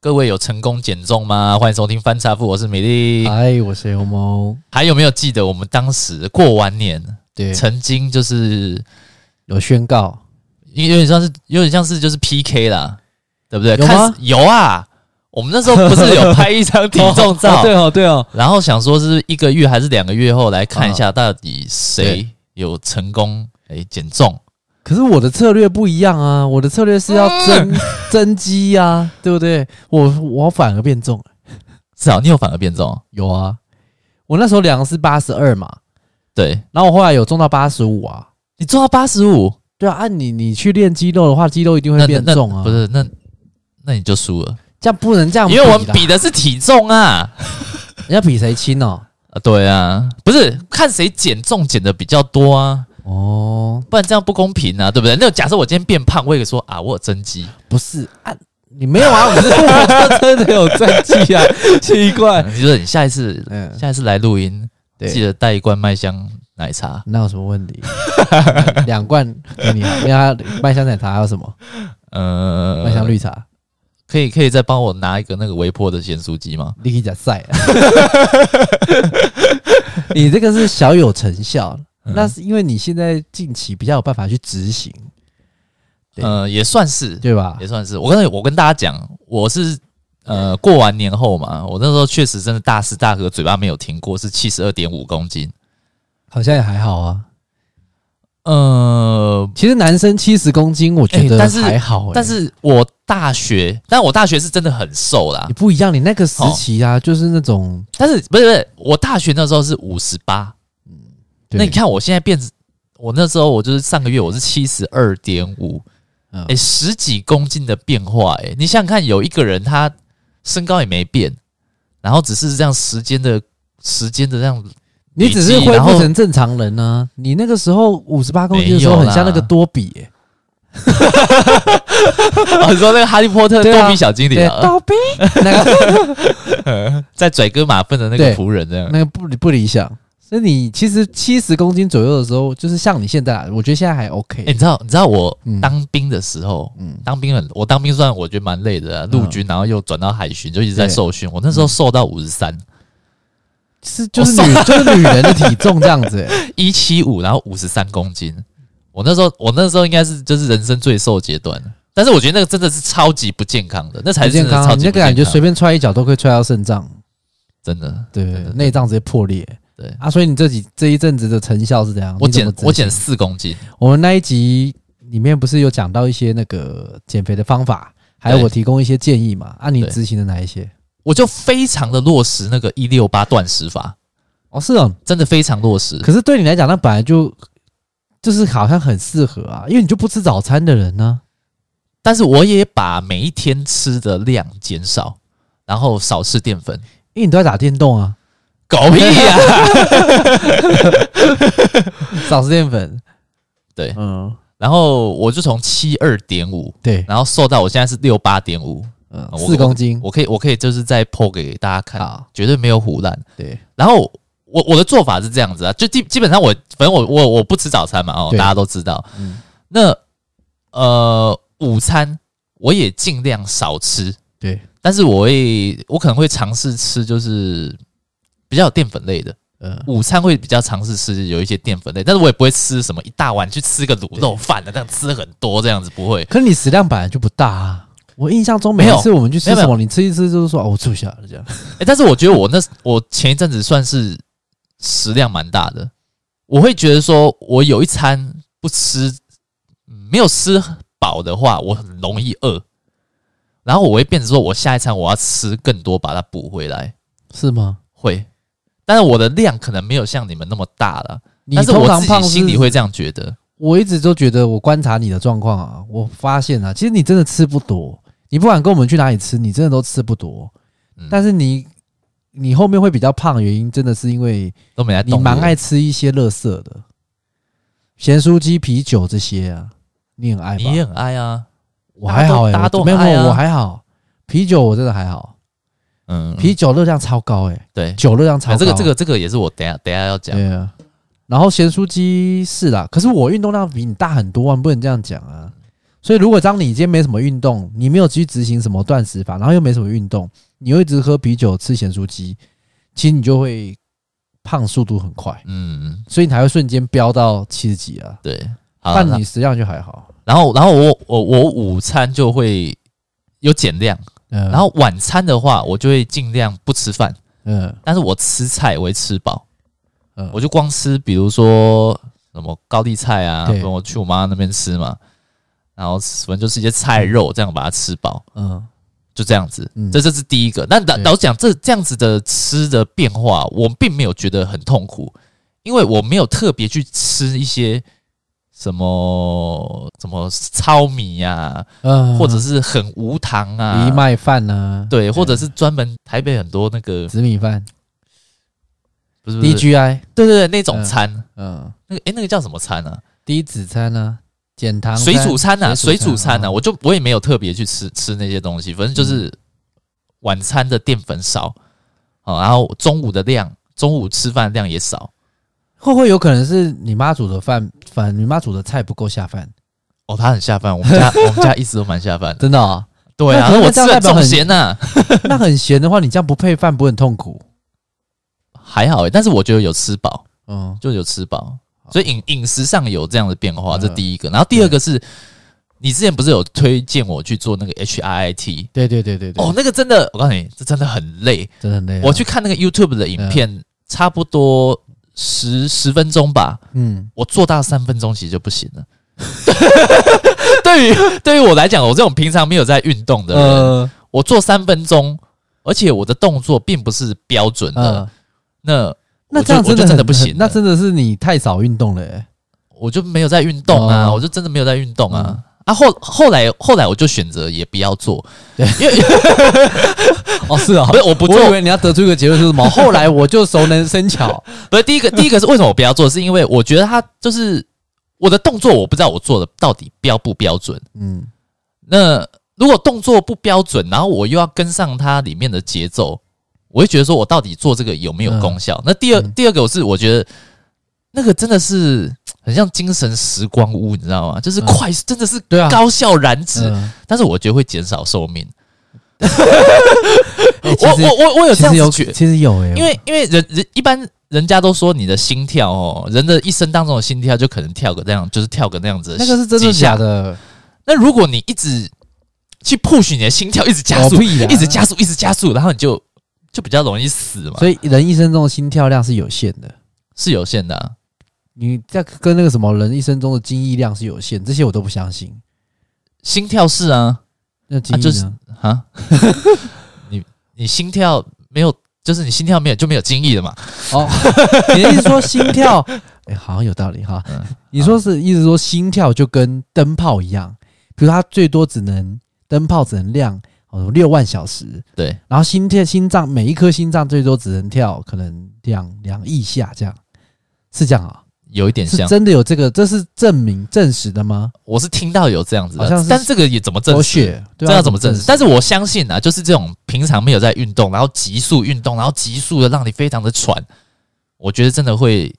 各位有成功减重吗？欢迎收听翻查富，我是美丽。嗨，哎我是 M O。还有没有记得我们当时过完年对，曾经就是有宣告， 有点像是有点像是就是 PK 啦，对不对？有吗看有啊，我们那时候不是有拍一张体重 哦照，对哦，对哦，然后想说是一个月还是两个月后来看一啊下到底谁有成功哎减重。可是我的策略不一样啊，我的策略是要嗯增、 增肌呀、啊，对不对？我我反而变重了。是啊，你有反而变重，有啊，我那时候量是八十二嘛，对然后我后来有重到八十五啊。你做到八十五，对啊，按、你你去练肌肉的话，肌肉一定那会变那重啊。不，是那那你就输了，这样不能这样啦，因为我们比的是体重啊。人家比谁轻哦。啊，对啊，不是看谁减重减的比较多啊，哦，不然这样不公平啊，对不对？那假设我今天变胖，我也说啊，我有增肌，不是啊，你没有啊，我 是我真的有增肌啊，奇怪。你说你下一次 嗯，下一次来录音，对记得带一罐麦香奶茶那有什么问题？ 两罐给你，因为它麦香奶茶还有什么？呃，麦香绿茶，可以可以再帮我拿一个那个微波的咸酥鸡吗？你可以讲晒。啊 你这个是小有成效，嗯那是因为你现在近期比较有办法去执行，对呃，也算是，对吧也？算是。我跟我跟大家讲，我是呃过完年后嘛，我那时候确实真的大吃大喝，嘴巴没有停过，是七十二点五公斤。好像也还好啊。呃，其实男生七十公斤，我觉哎得但是还好、欸但是我大学，但我大学是真的很瘦啦你，不一样，你那个时期哦啊，就是那种，但是不是不是，我大学那时候是五十八，对那你，看我现在变，我那时候我就是上个月我是七十二点五，嗯哎，十几公斤的变化、欸，哎，你想想看，有一个人他身高也没变，然后只是这样时间的时间的这样，你只是比基恢然后复成正常人呢、你那个时候五十八公斤的时候，没有啦很像那个多比、欸， 哦、你说那个哈利波特对啊多比小精灵、对，啊，多比那个在拽哥马粪的那个对仆人这样，那个不不理想。所以你其实七十公斤左右的时候，就是像你现在啊，我觉得现在还 OK。哎、你知道你知道我嗯当兵的时候，嗯，当兵很，我当兵算我觉得蛮累的、啊，陆军，然后又转到海巡，就一直在对嗯受训。我那时候瘦到五十三，是就是女就是女人的体重这样 子、欸一七五，然后五十三公斤。我那时候，我那时候应该是就是人生最瘦阶段，但是我觉得那个真的是超级不健康的，那才不是真健的康啊。超你级那不个健康。感觉随便踹一脚都可以踹到肾脏，真的对对对，内脏直接破裂对，啊。所以你这几这一阵子的成效是怎样？我你怎减么我执减行四公斤，我们那一集里面不是有讲到一些那个减肥的方法，还有对我提供一些建议嘛？啊，你对执行了哪一些？我就非常的落实那个一六八断食法，哦，是哦，真的非常落实。可是对你来讲，那本来就就是好像很适合啊，因为你就不吃早餐的人呢、但是我也把每一天吃的量减少，然后少吃淀粉。因为你都在打电动 啊，狗屁呀、少吃淀粉。对嗯， 然后我就从七二点五，对，然后瘦到我现在是六八点五，嗯，我四公斤，我可以我可以就是再剖给大家看，好，绝对没有胡乱。对，然后我我的做法是这样子啊，就基基本上我反正我我我不吃早餐嘛，哦，对大家都知道。嗯，那呃，午餐我也尽量少吃，对，但是我会我可能会尝试吃就是比较有淀粉类的。嗯，午餐会比较尝试吃有一些淀粉类，但是我也不会吃什么一大碗去吃个卤肉饭的，这样吃很多这样子不会。可是你食量本来就不大啊。我印象中没每有一次我们去吃没有什么，你吃一吃就是说哦，我吃不下了这样。诶但是我觉得我那我前一阵子算是食量蛮大的，我会觉得说我有一餐不吃，嗯没有吃饱的话，我很容易饿，然后我会变成说我下一餐我要吃更多，把它补回来。是吗？会，但是我的量可能没有像你们那么大了，你但是通我常自胖己是心里会这样觉得。我一直都觉得，我观察你的状况啊，我发现啊，其实你真的吃不多。你不管跟我们去哪里吃，你真的都吃不多。嗯但是你，你后面会比较胖的原因，真的是因为都没来动你我，蛮爱吃一些垃圾的，咸酥鸡、啤酒这些啊，你很爱吧？你也很爱啊，我还好哎、大家都我大没家有都很没爱啊有，我还好。啤酒我真的还好，嗯，啤酒热量超高哎、对，酒热量超啊高。这个这个这个也是我等一下等一下要讲。对啊。然后咸酥鸡是啦，可是我运动量比你大很多啊，你不能这样讲啊。所以如果当你今天没什么运动，你没有去执行什么断食法，然后又没什么运动，你又一直喝啤酒、吃咸酥鸡，其实你就会胖，速度很快，嗯，所以你才会瞬间飙到七十几啊。对。好啦但你实际上就还好。然后然后我我我午餐就会有减量，嗯，然后晚餐的话我就会尽量不吃饭，嗯但是我吃菜我会吃饱，嗯我就光吃，比如说什么高丽菜啊，对跟我去我妈那边吃嘛，然后反正就是一些菜肉，这样把它吃饱，嗯就这样子。嗯这这是第一个。那老对老实讲这这样子的吃的变化，我并没有觉得很痛苦，因为我没有特别去吃一些什么什么糙米呀、嗯，呃或者是很无糖啊藜，麦饭呢？对，或者是专门台北很多那个紫米饭不是不是，DGI，对对对那种嗯餐。嗯，那个哎，那个叫什么餐啊？低脂餐呢，减糖水煮餐啊，水水煮煮餐餐啊，哦嗯我就我也没有特别去吃吃那些东西，反正就是晚餐的淀粉少，哦，然后中午的量，中午吃饭量也少，会不会有可能是你妈煮的饭，反正你妈煮的菜不够下饭？哦，他很下饭，我们 家我们家一直都蛮下饭的，真的啊、对啊，那可我是吃这样很代表重很咸呐，那很咸的话，你这样不配饭不会很痛苦？还好诶，欸但是我觉得有吃饱，嗯就有吃饱，所以饮饮食上有这样的变化，嗯这第一个，然后第二个是，你之前不是有推荐我去做那个 HIIT，对对对对对，哦，那个真的，我告诉你，这真的很累，真的很累啊、我去看那个 YouTube 的影片，差不多十十分钟吧，嗯，我做到三分钟其实就不行了。 对于对于我来讲，我这种平常没有在运动的人，呃我做三分钟，而且我的动作并不是标准的，呃，那那我这就样我真就真的很的不行了很那真的是你太少运动了、欸。我就没有在运动啊，哦嗯我就真的没有在运动啊。啊后后来后来我就选择也不要做，哦，是啊不是我不我做以为你要得出一个结论是 什么，后来我就熟能生巧。不是第一个，第一个是为什么我不要做？是因为我觉得他就是我的动作，我不知道我做的到底标不标准。嗯，那如果动作不标准，然后我又要跟上它里面的节奏，我会觉得说我到底做这个有没有功效？那第二、嗯第二个我是我觉得那个真的是很像精神时光屋，你知道吗？就是嗯快，真的是对啊高效燃脂，嗯但是我觉得会减少寿命。欸其我实我我我有其这样实有子觉得，其实有哎、欸，因为因为人人一般人家都说你的心跳哦，人的一生当中的心跳就可能跳个这样，就是跳个那样子的那个是真几的下假的？那如果你一直去 push 你的心跳，一直加速，哦屁啦一直加速，一直加速，然后你就就比较容易死嘛，所以人一生中的心跳量是有限的。是有限的啊、你在跟那个什么人一生中的精液量是有限，这些我都不相信。心跳是啊，那精啊液就呢？是啊， 你你心跳没有，就是你心跳没有就没有精益了嘛。 哦，你的意思说心跳？哎、好像有道理哈。嗯你说是意思说心跳就跟灯泡一样，比如它最多只能灯泡只能亮哦六万小时，对，然后心跳心脏每一颗心脏最多只能跳可能两两亿下这样，是这样啊、有一点是像，嗯真的有这个？这是证明证实的吗？我是听到有这样子好像的是，但这个也怎么证科实？学这对啊，要怎么证实？实？但是我相信啊，就是这种平常没有在运动，然后急速运动，然后急速的让你非常的喘，我觉得真的会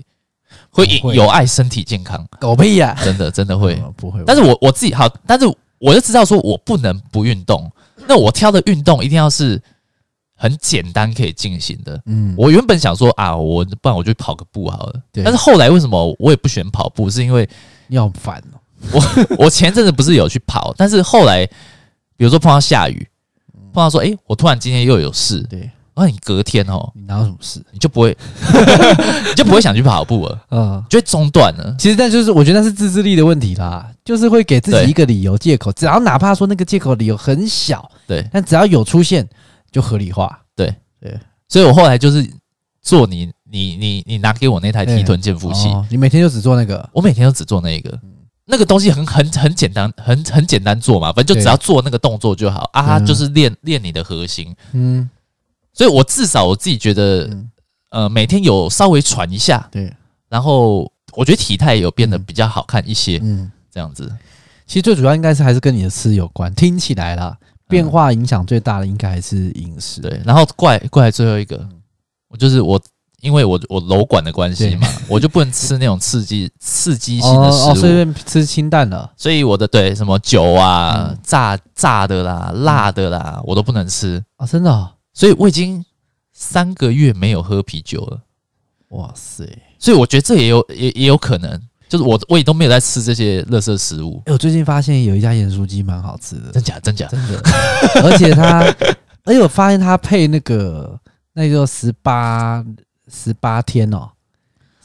会不哦会有碍身体健康，狗屁呀、真的真的会。哦不会？但是是我我自己好，但是我就知道说我不能不运动。那我挑的运动一定要是很简单可以进行的。嗯，我原本想说啊，我不然我就跑个步好了。对但是后来为什么我也不选跑步？是因为你好烦哦。我前阵子不是有去跑，但是后来比如说碰到下雨，碰到说诶，我突然今天又有事，对然后你隔天哦，你哪有什么事？你就不会 你就不会想去跑步了，嗯，就会中断了。其实但就是我觉得那是自制力的问题啦，就是会给自对己一个理由借口，只要哪怕说那个借口理由很小，对，但只要有出现就合理化。所以我后来就是做你你你你拿给我那台对提臀健腹器。哦，你每天就只做那个，我每天都只做那一嗯个，那个东西很很很简单，很很简单做嘛，反正就对只要做那个动作就好啊，它嗯就是练练你的核心。嗯，所以我至少我自己觉得，嗯呃，每天有稍微喘一下，对，然后我觉得体态有变得比较好看一些，嗯，这样子。其实最主要应该是还是跟你的吃有关，听起来啦，变化影响最大的应该还是饮食。嗯对，然后过来过来最后一个，我就是我因为我我楼管的关系嘛， 我就不能吃那种刺激刺激性的哦哦，所食物，以吃清淡了。所以我的对什么酒啊、嗯炸炸的啦、辣的啦，我都不能吃。啊，真的哦、所以我已经三个月没有喝啤酒了，哇塞！哎、所以我觉得这也有也也有可能，就是我我也都没有在吃这些垃圾食物，哎我最近发现有一家盐酥鸡蛮好吃的，真假真假，真的，而且 它，而且我发现它配那个那个十八十八天哦，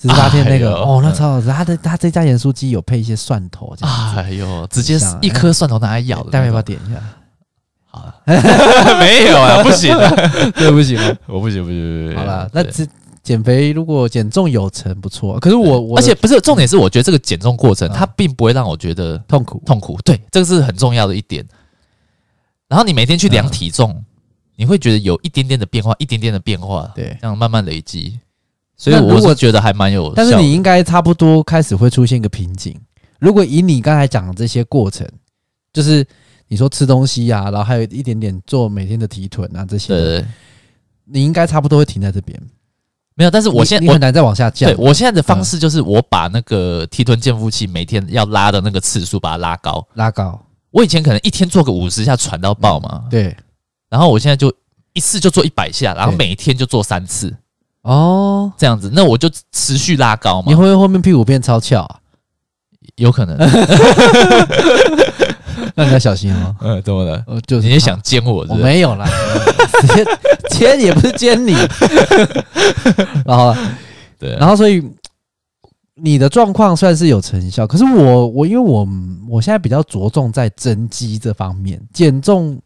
十八天那个、哎呦哦，那超好吃。它的它这家盐酥鸡有配一些蒜头这样子，哎呦，直接像一颗蒜头拿来咬的待那会要不要种，点一下？好了， 没有 啊，不行啊，对不起，我不行不行不行，好了，那对这减肥如果减重有成不错，可是我我而且不是重点是，我觉得这个减重过程嗯它并不会让我觉得痛苦痛苦，对，这个是很重要的一点。然后你每天去嗯量体重，你会觉得有一点点的变化，一点点的变化，对，这样慢慢累积。所以那如我果是觉得还蛮有效的，但是你应该差不多开始会出现一个瓶颈。如果以你刚才讲的这些过程，就是你说吃东西啊，然后还有一点点做每天的提臀啊这些对的，对对你应该差不多会停在这边。没有，但是我现在你你我很嗯难再往下降对。我现在的方式就是我把那个提臀健腹器每天要拉的那个次数把它拉高。拉高，我以前可能一天做个五十下喘到爆嘛，对，然后我现在就一次就做一百下，然后对每天就做三次。哦，这样子，那我就持续拉高你会嘛，不会后面屁股变超翘啊？有可能。那你要小心 哦。呃，怎么了？我就是你也想奸我是我不是？没有啦，奸奸也不是奸 你。然后，对啊，然后所以你的状况算是有成效，可是我我因为我我现在比较着重在增肌这方面，减重，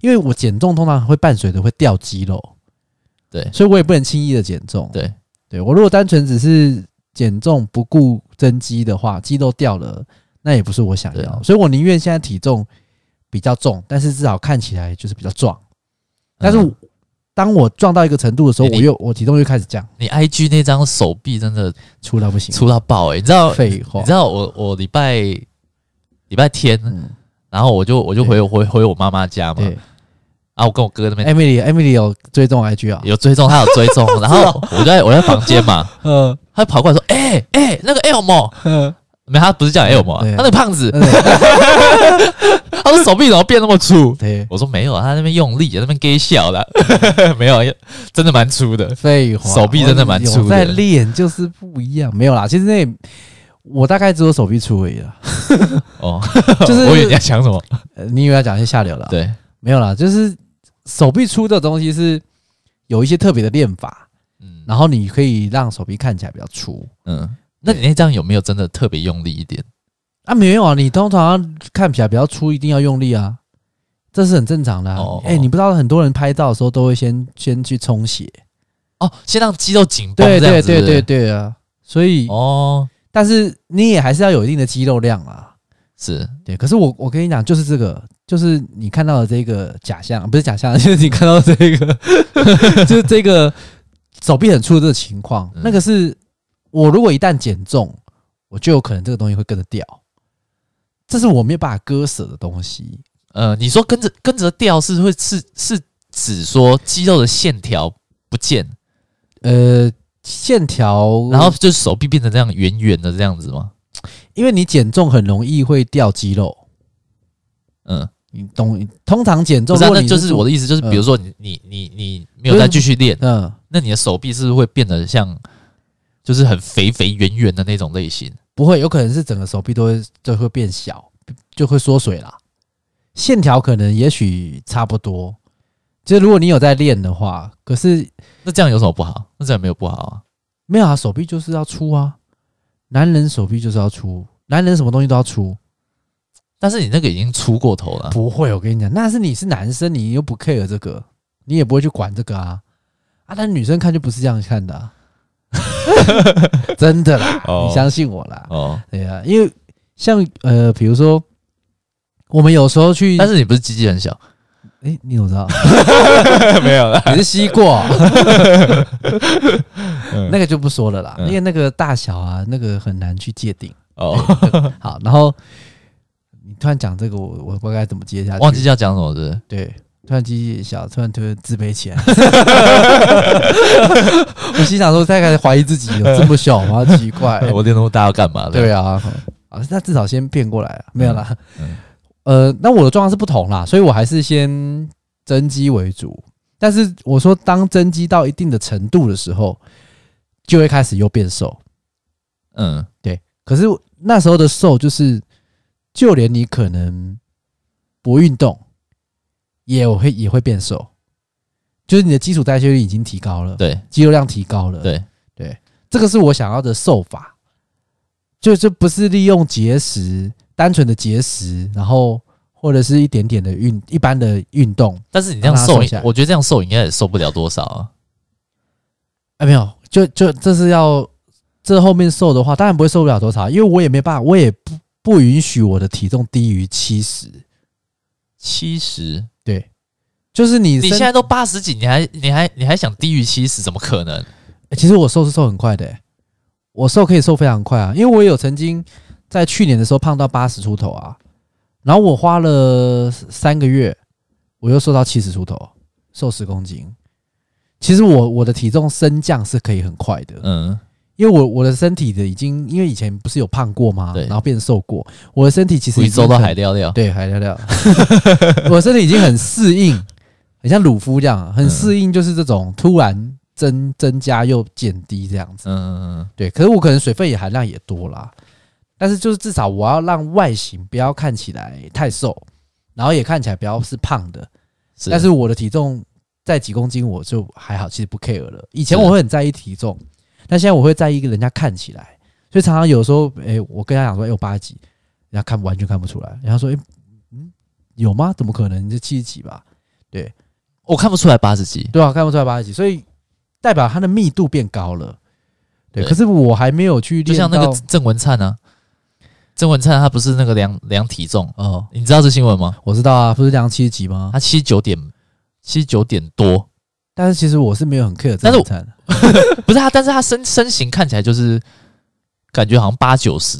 因为我减重通常会伴随着会掉肌肉，对所以我也不能轻易的减重。对对我如果单纯只是减重不顾增肌的话，肌肉掉了，那也不是我想对啊要，所以我宁愿现在体重比较重，但是至少看起来就是比较壮。但是嗯当我壮到一个程度的时候，你我又我体重又开始降，你 IG 那张手臂真的粗到不行。粗到爆哎、你知道？废话你知，道我我礼拜礼拜天，嗯，然后我就我就回回回我妈妈家嘛，对哎然后我跟我哥那边，Emily Emily 有追踪 IG 啊，有追踪，他有追 踪，然后我就在我在房间嘛，嗯他就跑过来说：“哎、哎、那个 Elmo，嗯，没有他不是叫 Elmo，、啊、对他啊那个胖子，嗯他说手臂怎么变那么粗？”对，我说没有，啊，他那边用力，在那边给笑了， 没有，啊真的蛮粗的。废话，手臂真的蛮粗的我有在练就是不一样，没有啦，其实那也我大概只有手臂粗而已啦。哦， 就是 我以为你要讲什么？呃你以为要讲一些下流了？，对，没有啦，就是手臂粗的东西是有一些特别的练法，嗯然后你可以让手臂看起来比较粗。嗯，那你那张有没有真的特别用力一点？啊，没有啊，你通常看起来比较粗，一定要用力啊，这是很正常的、啊。哎、哦你不知道很多人拍照的时候都会先先去充血，哦，先让肌肉紧绷，对这样对子是对不对是对啊，所以、哦，但是你也还是要有一定的肌肉量啊。是对，可是我我跟你讲，就是这个，就是你看到的这个假象，不是假象， 就是你看到这个，就是这个 手臂很粗的这个情况，嗯那个是我如果一旦减重，我就有可能这个东西会跟着掉，这是我没有办法割舍的东西。呃，你说跟着跟着掉是会是是指说肌肉的线条不见，呃，线条，然后就是手臂变成这样圆圆的这样子吗？因为你减重很容易会掉肌肉，嗯，你懂？通常减重，不是啊、如果那你就是我的意思，就是嗯比如说你、你你你没有再继续练，嗯。那你的手臂是不是会变得像就是很肥肥圆圆的那种类型？不会，有可能是整个手臂都会都会变小，就会缩水啦。线条可能也许差不多，就是如果你有在练的话，可是那这样有什么不好？那这样没有不好啊。没有啊，手臂就是要粗啊，男人手臂就是要粗，男人什么东西都要粗。但是你那个已经出过头了，不会，我跟你讲，那是你是男生，你又不 care 这个，你也不会去管这个啊啊！但女生看就不是这样看的、 啊，真的啦，哦你相信我啦，哦，对啊，因为像呃，比如说我们有时候去，但是你不是鸡鸡很 小，哎、你怎么知道？ 没有了。你是吸 过，嗯那个就不说了啦，嗯因为那个大小啊，那个很难去界定。 哦， 好，然后你突然讲这个，我我不知道该怎么接下去。忘记要讲什么是不是？对突然鸡鸡小，突然突然自卑起来。 我心想说，再开始怀疑自己有这么小吗？奇怪。我练那么大要干嘛的？哎对啊，啊，那至少先变过来啊了，没有啦。嗯呃，那我的状况是不同啦，所以我还是先增肌为主。但是我说，当增肌到一定的程度的时候，就会开始又变瘦。嗯，可是那时候的瘦，就是就连你可能不运动，也会也会变瘦，就是你的基础代谢率已经提高了，对肌肉量提高了。对，这个是我想要的瘦法，就这不是利用节食，单纯的节食，然后或者是一点点的运一般的运动，但是你这样让它瘦瘦下来，我觉得这样瘦应该也瘦不了多少啊。哎，没有，就就这是要这后面瘦的话，当然不会瘦不了多少，因为我也没办法，我也不不允许我的体重低于七十，七十，对，就是你你身现在都八十几，你还你还你还想低于七十？怎么可能？欸其实我瘦是瘦很快的、欸，我瘦可以瘦非常快啊，因为我有曾经在去年的时候胖到八十出头啊，然后我花了三个月，我又瘦到七十出头，瘦十公斤。其实我我的体重升降是可以很快的，嗯，因为我我的身体的已经，因为以前不是有胖过吗？对然后变瘦过，我的身体其实一已周经都很海料料。对，海聊聊。我身体已经很适应，很像鲁夫这样啊，很适应，就是这种突然增增加又减低这样子。嗯嗯嗯，对，可是我可能水分也含量也多啦，但是就是至少我要让外形不要看起来太瘦，然后也看起来不要是胖的。是，但是我的体重在几公斤我就还好，其实不 care 了。以前是我会很在意体重，但现在我会在意人家看起来，所以常常有时候，诶，我跟他讲说，诶，我八十几，人家看完全看不出来，然后说，诶，嗯，有吗？怎么可能？你就七十几吧？我看不出来八十几。对啊，看不出来八十几，所以代表它的密度变高了。对，对可是我还没有去就练到，像那个郑文灿啊，郑文灿他不是那个量量体重，哦，你知道这新闻吗？我知道啊，不是量七十几吗？他七十九点七十九点多，但是其实我是没有很 care 这但是个我餐的，不是他，但是他身身形看起来就是感觉好像八九十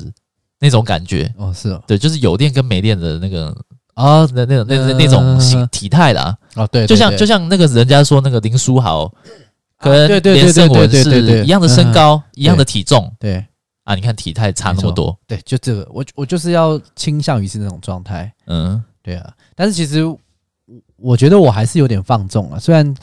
那种感觉，哦，是哦，对，就是有练跟没练的那个啊，那那那那嗯那种形体态啦，哦，对，就像对就像那个人家说那个林书豪啊跟对对对连胜文对对对对嗯是一样的身高，一样的体重对。啊，你看体态差那么多，对，就这个，我我就是要倾向于是那种状态，嗯，对啊。但是其实我我觉得我还是有点放纵了，啊虽然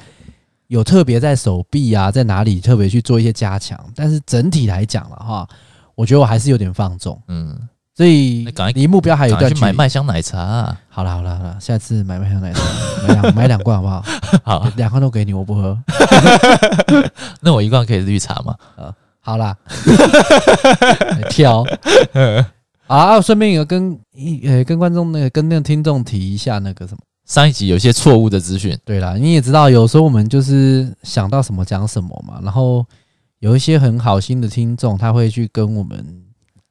有特别在手臂啊，在哪里特别去做一些加强，但是整体来讲了哈，我觉得我还是有点放纵，嗯，所以那赶快离目标还有一赶快段去距买离。麦香奶茶啊、好了好了好了，下次买麦香奶茶，买两买两罐好不好？ 好，两罐都给你，我不喝。那我一罐可以绿茶吗？好啦， 挑。啊，顺便有跟一呃跟观众那个跟那个听众提一下那个什么。上一集有一些错误的资讯，对啦，你也知道，有时候我们就是想到什么讲什么嘛。然后有一些很好心的听众，他会去跟我们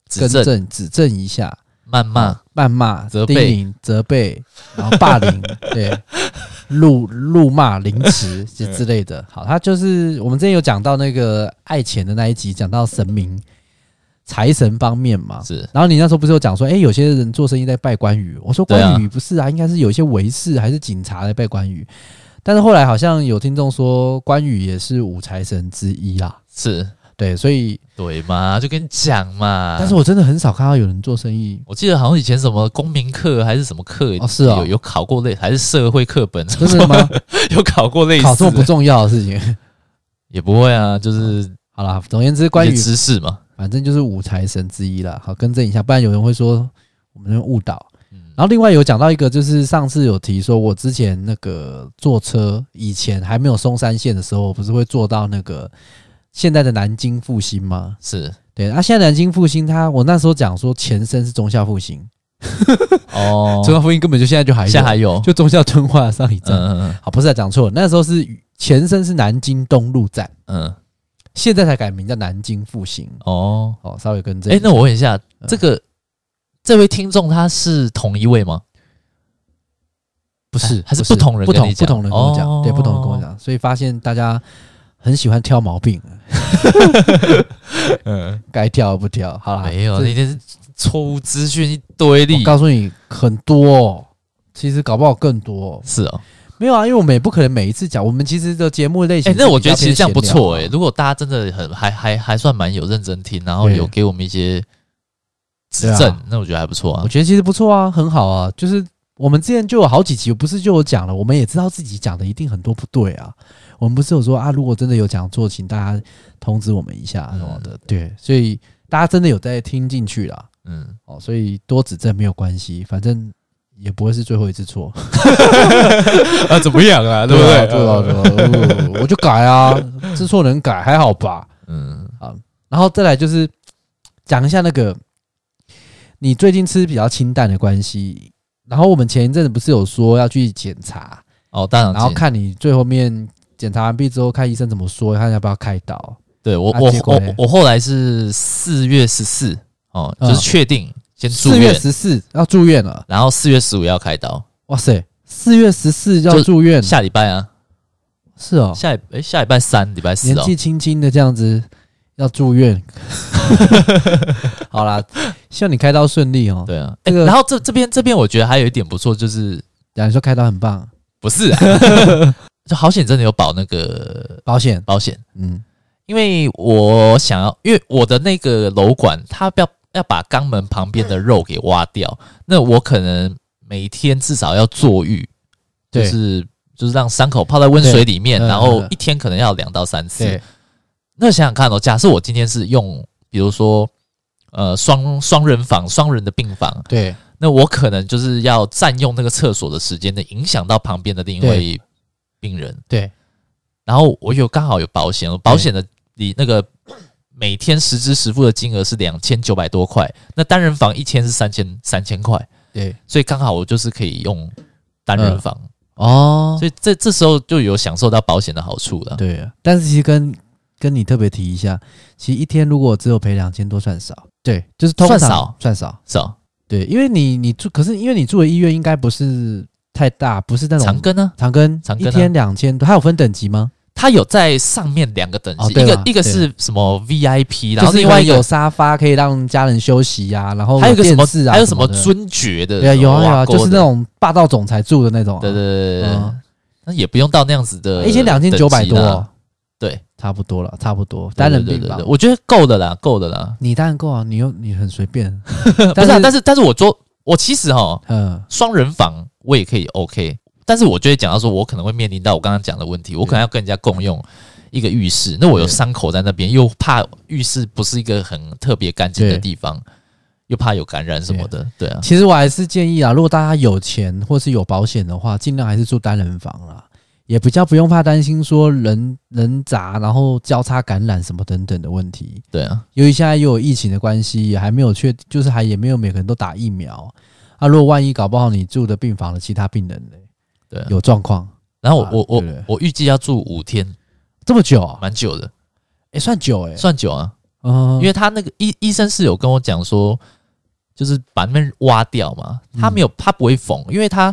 指更正、正、指正一下，哦谩骂，谩骂、责备叮咛、责备，然后霸 凌，对，辱辱骂、凌 迟嗯之之类的。好，他就是我们之前有讲到那个爱钱的那一集，讲到神明、财神方面嘛。是然后你那时候不是有讲说，哎、有些人做生意在拜关羽，我说对啊关羽不是啊，应该是有一些维士还是警察在拜关羽。但是后来好像有听众说，关羽也是五财神之一啦。是，对，所以，对嘛？就跟你讲嘛。但是我真的很少看到有人做生 意，我记得好像以前什么公民课还是什么课，哦是哦有有考过类，还是社会课本，真的吗？ 有考过类似的考这么不重要的事 情。也不会啊，就是好啦，总而言之，关一羽些知识嘛，反正就是五财神之一啦。好，更正一下，不然有人会说我们误导。嗯然后另外有讲到一个，就是上次有提说，我之前那个坐车，以前还没有松山线的时候，我不是会坐到那个现在的南京复兴吗？是对，啊，现在南京复兴它，我那时候讲说前身是忠孝复兴，哦，忠孝复兴根本就现在就还有，现在还有，就忠孝敦化上一嗯站。嗯嗯好，不是啊讲错了，那时候是前身是南京东路站，嗯，现在才改名叫南京复兴。哦，哦，稍微更正一哎下。，那我问一下，嗯这个这位听众他是同一位吗？不啊是，还是不不同人不跟同你不讲同人跟我讲，哦对，不同人跟我讲，所以发现大家很喜欢挑毛病， 嗯，该挑的不挑。好啦，没有，这那天是错误资讯一堆我例，告诉你很多哦，其实搞不好更多哦。是哦，没有啊，因为我们也不可能每一次讲，我们其实的节目类哎、型是比那较偏闲聊啊，啊我觉得其实这样不错哎、如果大家真的很还还还算蛮有认真听，然后对有给我们一些指对啊正，那我觉得还不错啊我。觉得其实不错啊，很好啊。就是我们之前就有好几集，不是就有讲了，我们也知道自己讲的一定很多不对啊。我们不是有说啊，如果真的有讲错，请大家通知我们一下啊嗯什么的。对，所以大家真的有在听进去啦，嗯，哦，所以多指正没有关系，反正也不会是最后一次错，啊，怎么样啊？啊对啊，对 啊，我我就改啊，知错能改，还好吧。嗯，然后再来就是讲一下那个，你最近吃比较清淡的关系。然后我们前一阵子不是有说要去检查，哦，大肠然后镜，看你最后面检查完毕之后，看医生怎么说，看要不要开刀。对我啊我结果嘞我我后来是四月十四哦，嗯就是确定先住四月院，十四要住院了，然后四月十五要开刀，哇塞，四月十四要就住院，下礼拜啊，是嗯哦，下礼哎下礼拜三礼拜四年哦，纪轻轻的这样子要住院。好啦，希望你开刀顺利哦。 对啊，这哎、个然后这这边这边我觉得还有一点不错，就是假如说开刀很棒，不是、啊， 就好险真的有保那个保险，保险。嗯，因为我想要，因为我的那个瘘管，它要要把肛门旁边的肉给挖掉，那我可能每天至少要坐浴，就对是就是让伤口泡在温水里面，对嗯然后嗯一天可能要两到三次对。，那想想看哦，假设我今天是用，比如说。呃，双双人房、双人的病房，对，那我可能就是要占用那个厕所的时间，那影响到旁边的另一位病人。对，然后我有刚好有保险，保险的你那个每天实支实付的金额是两千九百多块，那单人房一天是三千三千块，对，所以刚好我就是可以用单嗯人房，哦，所以这这时候就有享受到保险的好处了。对啊，但是其实跟跟你特别提一下，其实一天如果只有赔两千多算少，对，就是通常算少算少，是哦，对，因为你你住，可是因为你住的医院应该不是太大，不是那种长庚呢，长庚长庚啊一天两千多，它有分等级吗？它有在上面两个等级，哦对一啦个一个是什么 VIP，然后就是另外一可能有个沙发可以让家人休息呀、然后还有一个什电么视，啊，还有什么的尊爵的，对啊，有啊有什么挖啊，沟的就是那种霸道总裁住的那种、啊，对对对对对嗯，啊那也不用到那样子的一天两千九百多等级啦哦，对，差不多了，差不多单人对病对对房对，我觉得够的啦，够的 啦。你当然够啊，你又你很随 便，不是啊，但是是但是我做我其实哈嗯，双人房我也可以 OK，但是我就会讲到说，我可能会面临到我刚刚讲的问题，我可能要跟人家共用一个浴室，那我有对伤口在那边，又怕浴室不是一个很特别干净的对地方，又怕有感染什么的，对啊，其实我还是建议啊，如果大家有钱或是有保险的话，尽量还是住单人房啦，也比较不用怕担心说人人杂，然后交叉感染什么等等的问题。对啊，由于现在又有疫情的关系，也还没有确，就是还也没有每个人都打疫苗啊。如果万一搞不好你住的病房的其他病人呢对啊。有状况，然后我啊我我对对我预计要住五天，这么久、啊，蛮久的，哎、算久哎、算久啊。嗯，因为他那个医医生是有跟我讲说，就是把那边挖掉嘛，嗯他没有他不会缝，因为他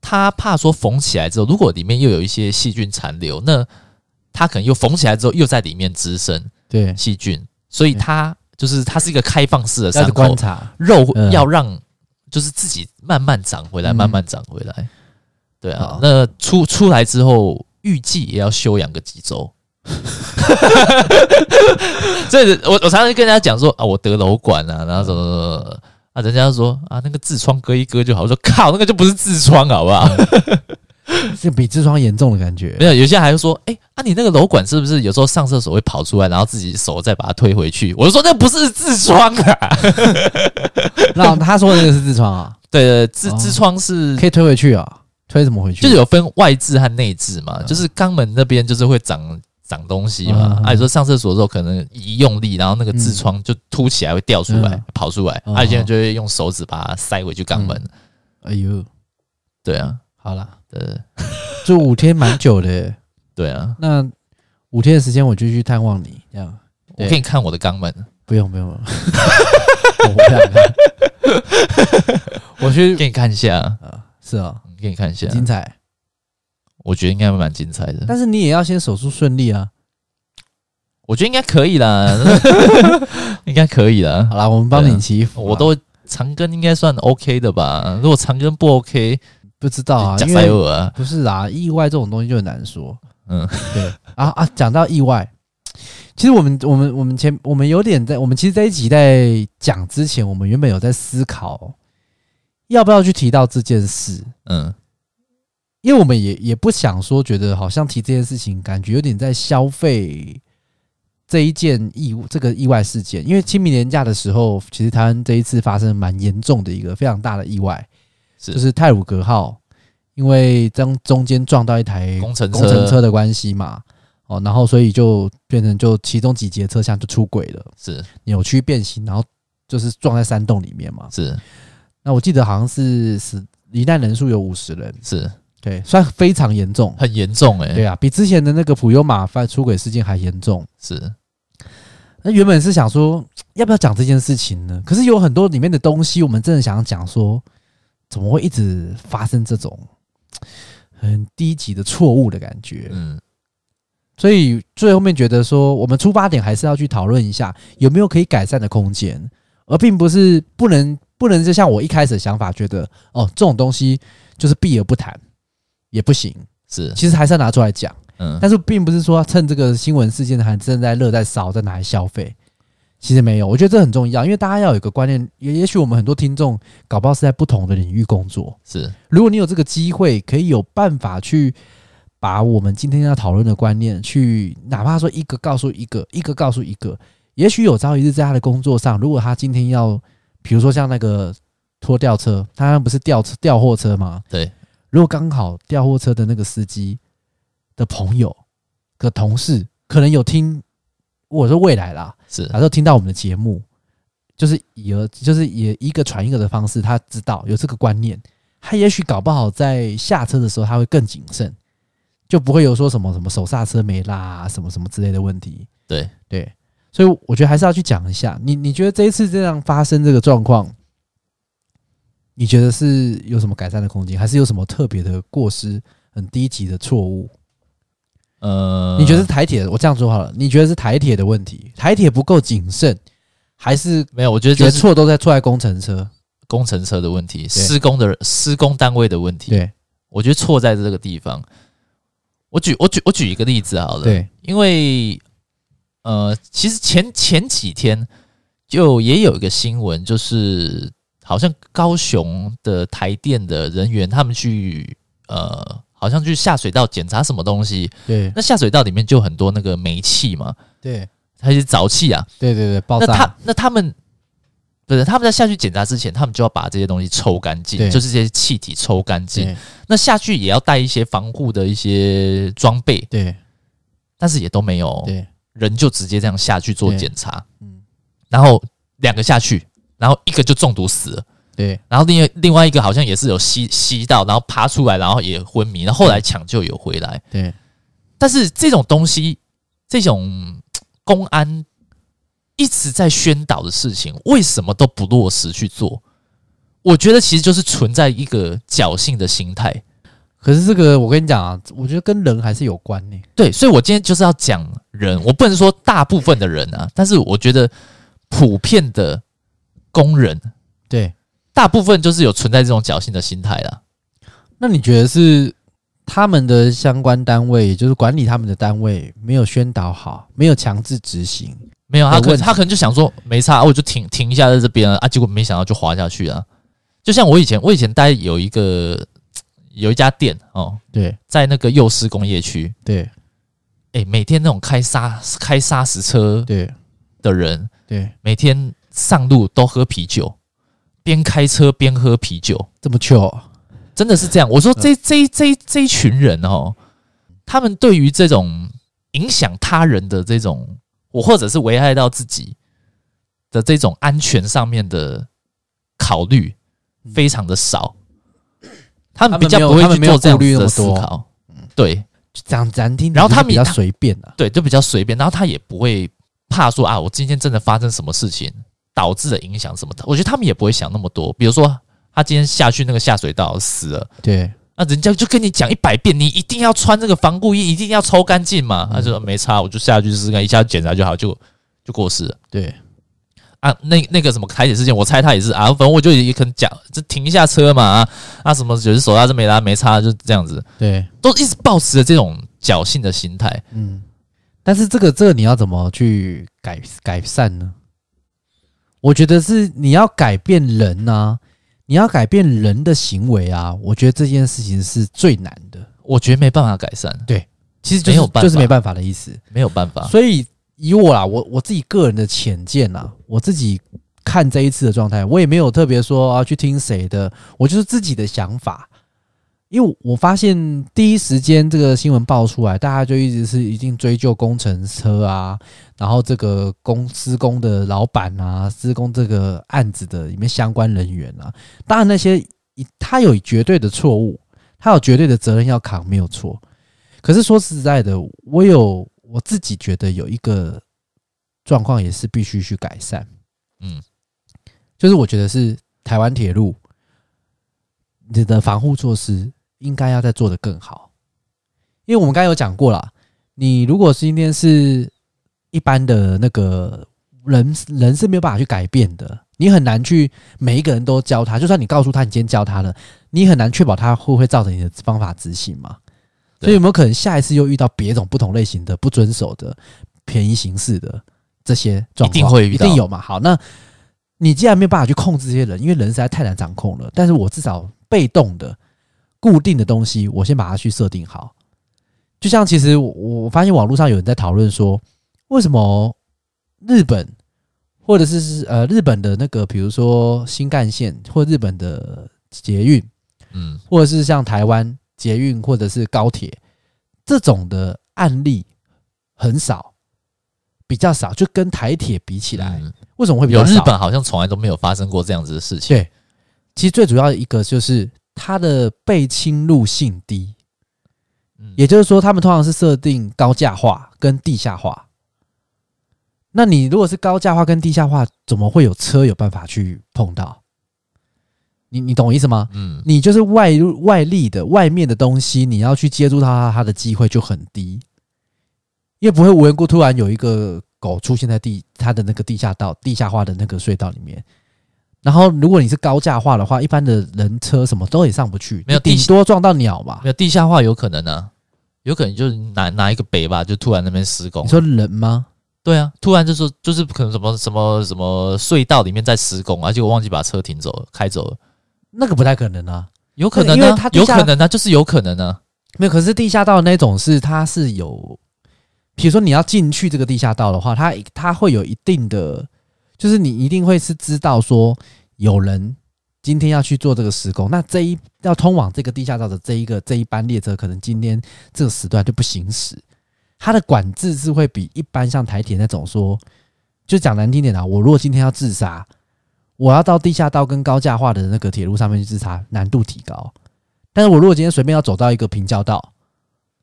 他怕说缝起来之后，如果里面又有一些细菌残留，那他可能又缝起来之后又在里面滋生对，细菌，所以嗯他就是它是一个开放式的要伤去口观，察。肉嗯要让就是自己慢慢长回来，嗯慢慢长回来。对啊好，那出出来之后，预计也要休养个几周。 所以我我常常跟人家讲说啊，我得瘘管啊，然后什么什么什么啊，人家说啊，那个痔疮割一割就好。我说靠，那个就不是痔疮，好不好？这比痔疮严重的感觉没，有，有些人还会说，哎、啊，你那个瘘管是不是有时候上厕所会跑出来，然后自己手再把它推回去？我就说那不是痔疮哦啊，那他说的那个是痔疮啊，对对，痔哦痔疮是可以推回去啊，推怎么回去？就是有分外痔和内痔嘛，嗯就是肛门那边就是会长长东西嘛嗯。啊，有时候上厕所的时候可能一用力，然后那个痔疮就凸起来会掉出来嗯、跑出来，嗯啊，有些人就会用手指把它塞回去肛门。哎呦，对啊，好啦，对这五天蛮久的耶，对啊，那五天的时间我就去探望你，这样我给你看我的肛门，不用不用， 不用我不想看，我去给你看一下，嗯啊，是啊，给你看一下，精彩，我觉得应该蛮精彩的。但是你也要先手术顺利啊。我觉得应该可以啦， 应该可以啦好。啦，我们帮对啊你祈福啊，我都长庚应该算 OK 的吧？如果长庚不 OK，不知道啊，加因塞为尔啊，不是啊，意外这种东西就很难说。嗯，对啊啊，讲到意外，其实我们我们我们前我们有点在我们其实这一集在讲之前，我们原本有在思考要不要去提到这件事，嗯，因为我们也也不想说觉得好像提这件事情，感觉有点在消费这一件意这个意外事件，因为清明年假的时候，其实台湾这一次发生蛮严重的一个非常大的意外，是就是泰鲁格号，因为中中间撞到一台工程车工程车的关系嘛，哦，然后所以就变成就其中几节车厢就出轨了，是扭曲变形，然后就是撞在山洞里面嘛。是那我记得好像是死罹难人数有五十人，是，对，算非常严重。很严重哎、对啊，比之前的那个普悠玛犯出轨事件还严重。是那原本是想说要不要讲这件事情呢？可是有很多里面的东西，我们真的想讲说，怎么会一直发生这种很低级的错误的感觉？嗯所以最后面觉得说，我们出发点还是要去讨论一下有没有可以改善的空间，而并不是不能不能就像我一开始的想法，觉得哦这种东西就是避而不谈也不行，是其实还是要拿出来讲。嗯但是并不是说趁这个新闻事件还正在热在烧在拿来消费，其实没有，我觉得这很重要，因为大家要有一个观念，也也许我们很多听众搞不好是在不同的领域工作，是如果你有这个机会，可以有办法去把我们今天要讨论的观念去，哪怕说一个告诉一个，一个告诉一个，也许有朝一日在他的工作上，如果他今天要，比如说像那个拖吊车，他不是吊车吊货车吗？对，如果刚好吊货车的那个司机的朋友的同事，可能有听，我说未来啦，是然后听到我们的节目，就是以而就是也一个传一个的方式，他知道有这个观念，他也许搞不好在下车的时候他会更谨慎，就不会有说什么什么手刹车没拉、啊、什么什么之类的问题。对对，所以我觉得还是要去讲一下。你你觉得这一次这样发生这个状况，你觉得是有什么改善的空间，还是有什么特别的过失、很低级的错误？呃，你觉得是台铁？我这样说好了，你觉得是台铁的问题，台铁不够谨慎，还是没有？我觉得决这是错都在错在工程车？工程车的问题，施工的施工单位的问题。对我觉得错在这个地方。我举我举我举一个例子好了，，对，因为呃，其实前前几天就也有一个新闻，就是好像高雄的台电的人员他们去呃，好像去下水道检查什么东西，对那下水道里面就很多那个煤气嘛，对还是沼气啊，对对对，爆那炸他那他们不是他们在下去检查之前，他们就要把这些东西抽干净，对就是这些气体抽干净。对那下去也要带一些防护的一些装备，对但是也都没有，对，人就直接这样下去做对检查，嗯然后两个下去，然后一个就中毒死了，对然后另外另外一个好像也是有吸吸到，然后爬出来，然后也昏迷，然后后来抢救有回来，对但是这种东西，这种嘖公安一直在宣导的事情，为什么都不落实去做？我觉得其实就是存在一个侥幸的心态。可是这个我跟你讲啊，我觉得跟人还是有关呢、对，所以我今天就是要讲人，我不能说大部分的人啊，但是我觉得普遍的工人，对，大部分就是有存在这种侥幸的心态啦。那你觉得是他们的相关单位，也就是管理他们的单位没有宣导好，没有强制执行？没有，他可有能问题他可能就想说没差，啊我就停停一下在这边啊，啊结果没想到就滑下去啊。就像我以前，我以前待有一个有一家店哦，对在那个幼师工业区，对诶，每天那种开砂开砂石车对的人，对，每天上路都喝啤酒，边开车边喝啤酒，这么糗啊，真的是这样。我说这这这这一群人哦，他们对于这种影响他人的这种，我或者是危害到自己的这种安全上面的考虑，非常的少。他们比较嗯他们没有不会他们去没有做这样顾虑子那的么思多考，对就讲难听点，然后他们就是比较随便啊。对，就比较随便。然后他也不会怕说啊，我今天真的发生什么事情导致的影响什么的。我觉得他们也不会想那么多。比如说，他今天下去那个下水道死了，对那啊人家就跟你讲一百遍，你一定要穿这个防护衣，一定要抽干嗯净嘛。他就说没差，我就下去试试看，一下检查就好，就就过世了对啊。啊，那那个什么台铁事件，我猜他也是啊，反正我就也可能讲，就停一下车嘛啊啊什么，就是手拉着没拉没擦，就这样子，对，都一直保持着这种侥幸的心态。嗯，但是这个这个你要怎么去改改善呢？我觉得是你要改变人啊，你要改变人的行为啊，我觉得这件事情是最难的。我觉得没办法改善，对，其实就没是有办法，就是没办法的意思。没有办法。所以以我啦，我我自己个人的浅见啦，我自己看这一次的状态，我也没有特别说啊去听谁的，我就是自己的想法。因为我发现第一时间这个新闻爆出来，大家就一直是一定追究工程车啊，然后这个公施工的老板啊，施工这个案子的里面相关人员啊，当然那些一他有绝对的错误，他有绝对的责任要扛，没有错。可是说实在的，我有我自己觉得有一个状况也是必须去改善，嗯，就是我觉得是台湾铁路你的防护措施应该要再做得更好，因为我们刚才有讲过啦，你如果是今天是一般的那个人，人是没有办法去改变的，你很难去每一个人都教他，就算你告诉他你今天教他了，你很难确保他会不会照着你的方法执行嘛。对所以有没有可能下一次又遇到别种不同类型的不遵守的便宜形式的这些状况？一定会遇到一定有嘛。好，那你既然没有办法去控制这些人，因为人实在太难掌控了，但是我至少被动的固定的东西，我先把它去设定好。就像其实我我发现网络上有人在讨论说，为什么日本或者是是呃日本的那个，比如说新干线或日本的捷运，嗯，或者是像台湾捷运或者是高铁这种的案例很少，比较少，就跟台铁比起来，嗯为什么会比有较日少？本好像从来都没有发生过这样子的事情。对，其实最主要一个就是它的被侵入性低，嗯也就是说，他们通常是设定高价化跟地下化。那你如果是高价化跟地下化，怎么会有车有办法去碰到？你你懂我意思吗？嗯，你就是外入外力的外面的东西，你要去接触到它，它的机会就很低，因为不会无缘故突然有一个狗出现在地它的那个地下道、地下化的那个隧道里面。然后，如果你是高价化的话，一般的人车什么都也上不去，没有顶地下多撞到鸟嘛没。有地下化有可能啊，有可能就是拿拿一个北吧，就突然那边施工啊你。说人吗？对啊，突然就说就是可能什么什么什么隧道里面在施工，而且我忘记把车停走了，开走了，那个不太可能啊。有可能因为呢、它地有下可能呢、啊就是有可能呢、没有，可是地下道那种是它是有，比如说你要进去这个地下道的话，它它会有一定的，就是你一定会是知道说有人今天要去做这个施工，那这一要通往这个地下道的这一个这一班列车，可能今天这个时段就不行驶，它的管制是会比一般像台铁那种说，就讲难听点啊，我如果今天要自杀，我要到地下道跟高架化的那个铁路上面去自杀，难度提高。但是我如果今天随便要走到一个平交道，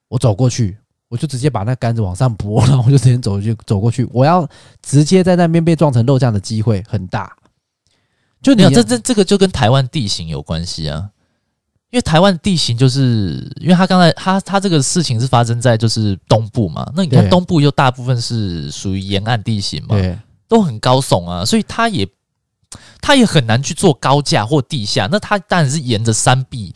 我走过去，我就直接把那杆子往上拨，然后我就直接走去走过去，我要直接在那边被撞成肉酱的机会很大。就没你啊有，这这这个就跟台湾地形有关系啊，因为台湾地形就是因为他刚才他他这个事情是发生在就是东部嘛，那你看对东部又大部分是属于沿岸地形嘛，对都很高耸啊，所以它也它也很难去做高架或地下。那它当然是沿着山壁、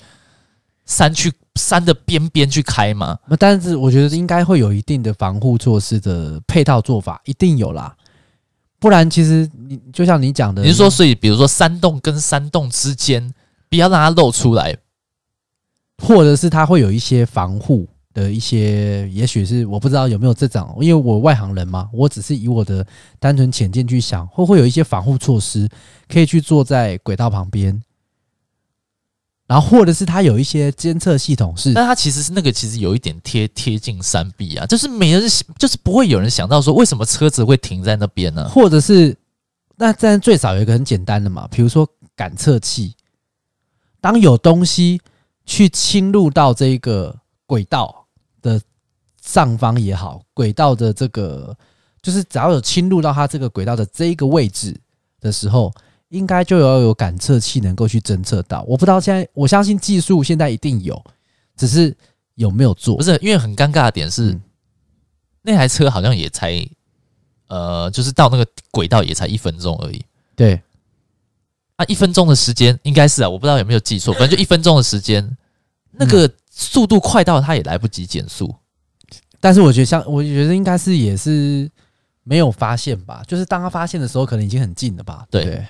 山去山的边边去开嘛。那但是我觉得应该会有一定的防护措施的配套做法，一定有啦。不然其实你就像你讲的，你是说，所以比如说山洞跟山洞之间，不要让它露出来，或者是它会有一些防护的一些，也许是我不知道有没有这种，因为我外行人嘛，我只是以我的单纯浅见去想，会不会有一些防护措施可以去做在轨道旁边，然后或者是它有一些监测系统是但它其实是那个其实有一点贴贴近山壁啊，就是没人就是不会有人想到说为什么车子会停在那边呢、或者是那但最少有一个很简单的嘛，比如说感测器，当有东西去侵入到这一个轨道的上方也好，轨道的这个就是只要有侵入到它这个轨道的这一个位置的时候。应该就要有感测器能够去侦测到，我不知道现在，我相信技术现在一定有，只是有没有做不是，因为很尴尬的点是，嗯那台车好像也才呃，就是到那个轨道也才一分钟而已。对，啊，一分钟的时间应该是啊，我不知道有没有记 错，反正就一分钟的时间，那嗯个速度快到他也来不及减速。但是我觉得像我觉得应该是也是没有发现吧，就是当他发现的时候，可能已经很近了吧。对对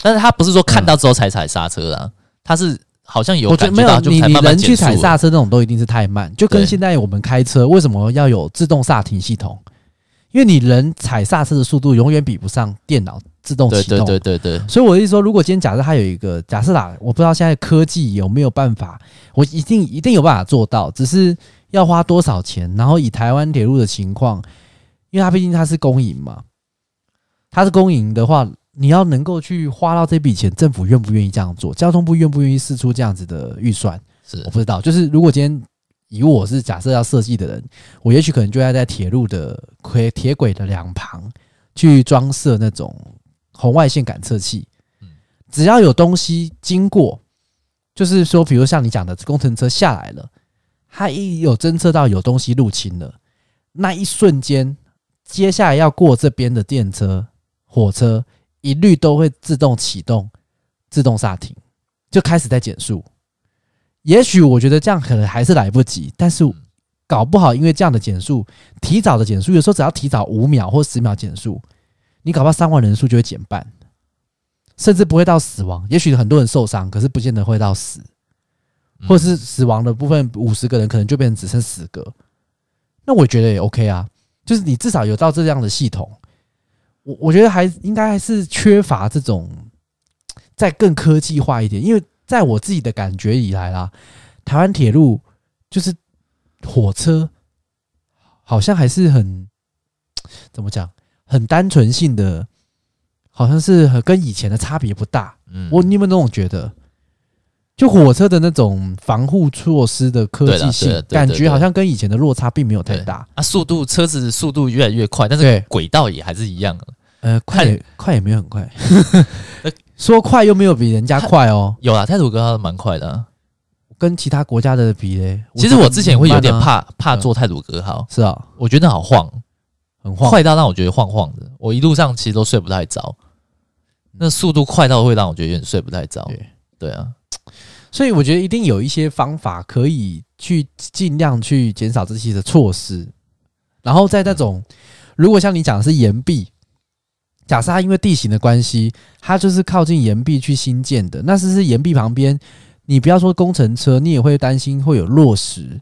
但是他不是说看到之后才踩刹车啦，他是好像有嗯我觉感得没觉有到就你才你慢慢人减去速踩了。刹车那种都一定是太慢，就跟对现在我们开车为什么要有自动刹停系统？因为你人踩刹车的速度永远比不上电脑自动对启动。对对对对，所以我的意思说，如果今天假设它有一个假设啦，我不知道现在科技有没有办法，我一定一定有办法做到，只是要花多少钱，然后以台湾铁路的情况，因为它毕竟它是公营嘛，它是公营的话，你要能够去花到这笔钱，政府愿不愿意这样做？交通部愿不愿意试出这样子的预算？是我不知道，就是如果今天。以我是假设要设计的人，我也许可能就要在铁路的轨铁轨的两旁去装设那种红外线感测器，只要有东西经过，就是说，比如像你讲的，工程车下来了，它一有侦测到有东西入侵了，那一瞬间，接下来要过这边的电车、火车，一律都会自动启动、自动刹停，就开始在减速。也许我觉得这样可能还是来不及，但是搞不好因为这样的减速，提早的减速，有时候只要提早五秒或十秒减速，你搞不好伤亡人数就会减半。甚至不会到死亡，也许很多人受伤，可是不见得会到死，嗯或者是死亡的部分五十个人可能就变成只剩十个，那我觉得也 OK 啊，就是你至少有到这样的系统，我我觉得还应该还是缺乏这种再更科技化一点，因为在我自己的感觉以来啦，台湾铁路就是火车好像还是很怎么讲，很单纯性的。好像是和跟以前的差别不大。嗯我你有没有那种觉得？就火车的那种防护措施的科技对啦对啦性对，对感对觉好像跟以前的落差并没有太对大。啊，速度车子速度越来越快，但对是轨道也还是一样啊的。呃，快看也快也没有很 快呃，说快又没有比人家快哦。有啦，泰鲁格号蛮快的啊、跟其他国家的比嘞，其实我之前会有点我觉得很慢啊，怕怕坐泰鲁格号，是啊，我觉得好晃，很晃。快到让我觉得晃晃的。我一路上其实都睡不太着，那速度快到会让我觉得有点睡不太着嗯对对。啊，所以我觉得一定有一些方法可以去尽量去减少这些的措施，然后在那种、嗯如果像你讲的是岩壁，假设它因为地形的关系，它就是靠近岩壁去新建的，那是不是岩壁旁边，你不要说工程车，你也会担心会有落石。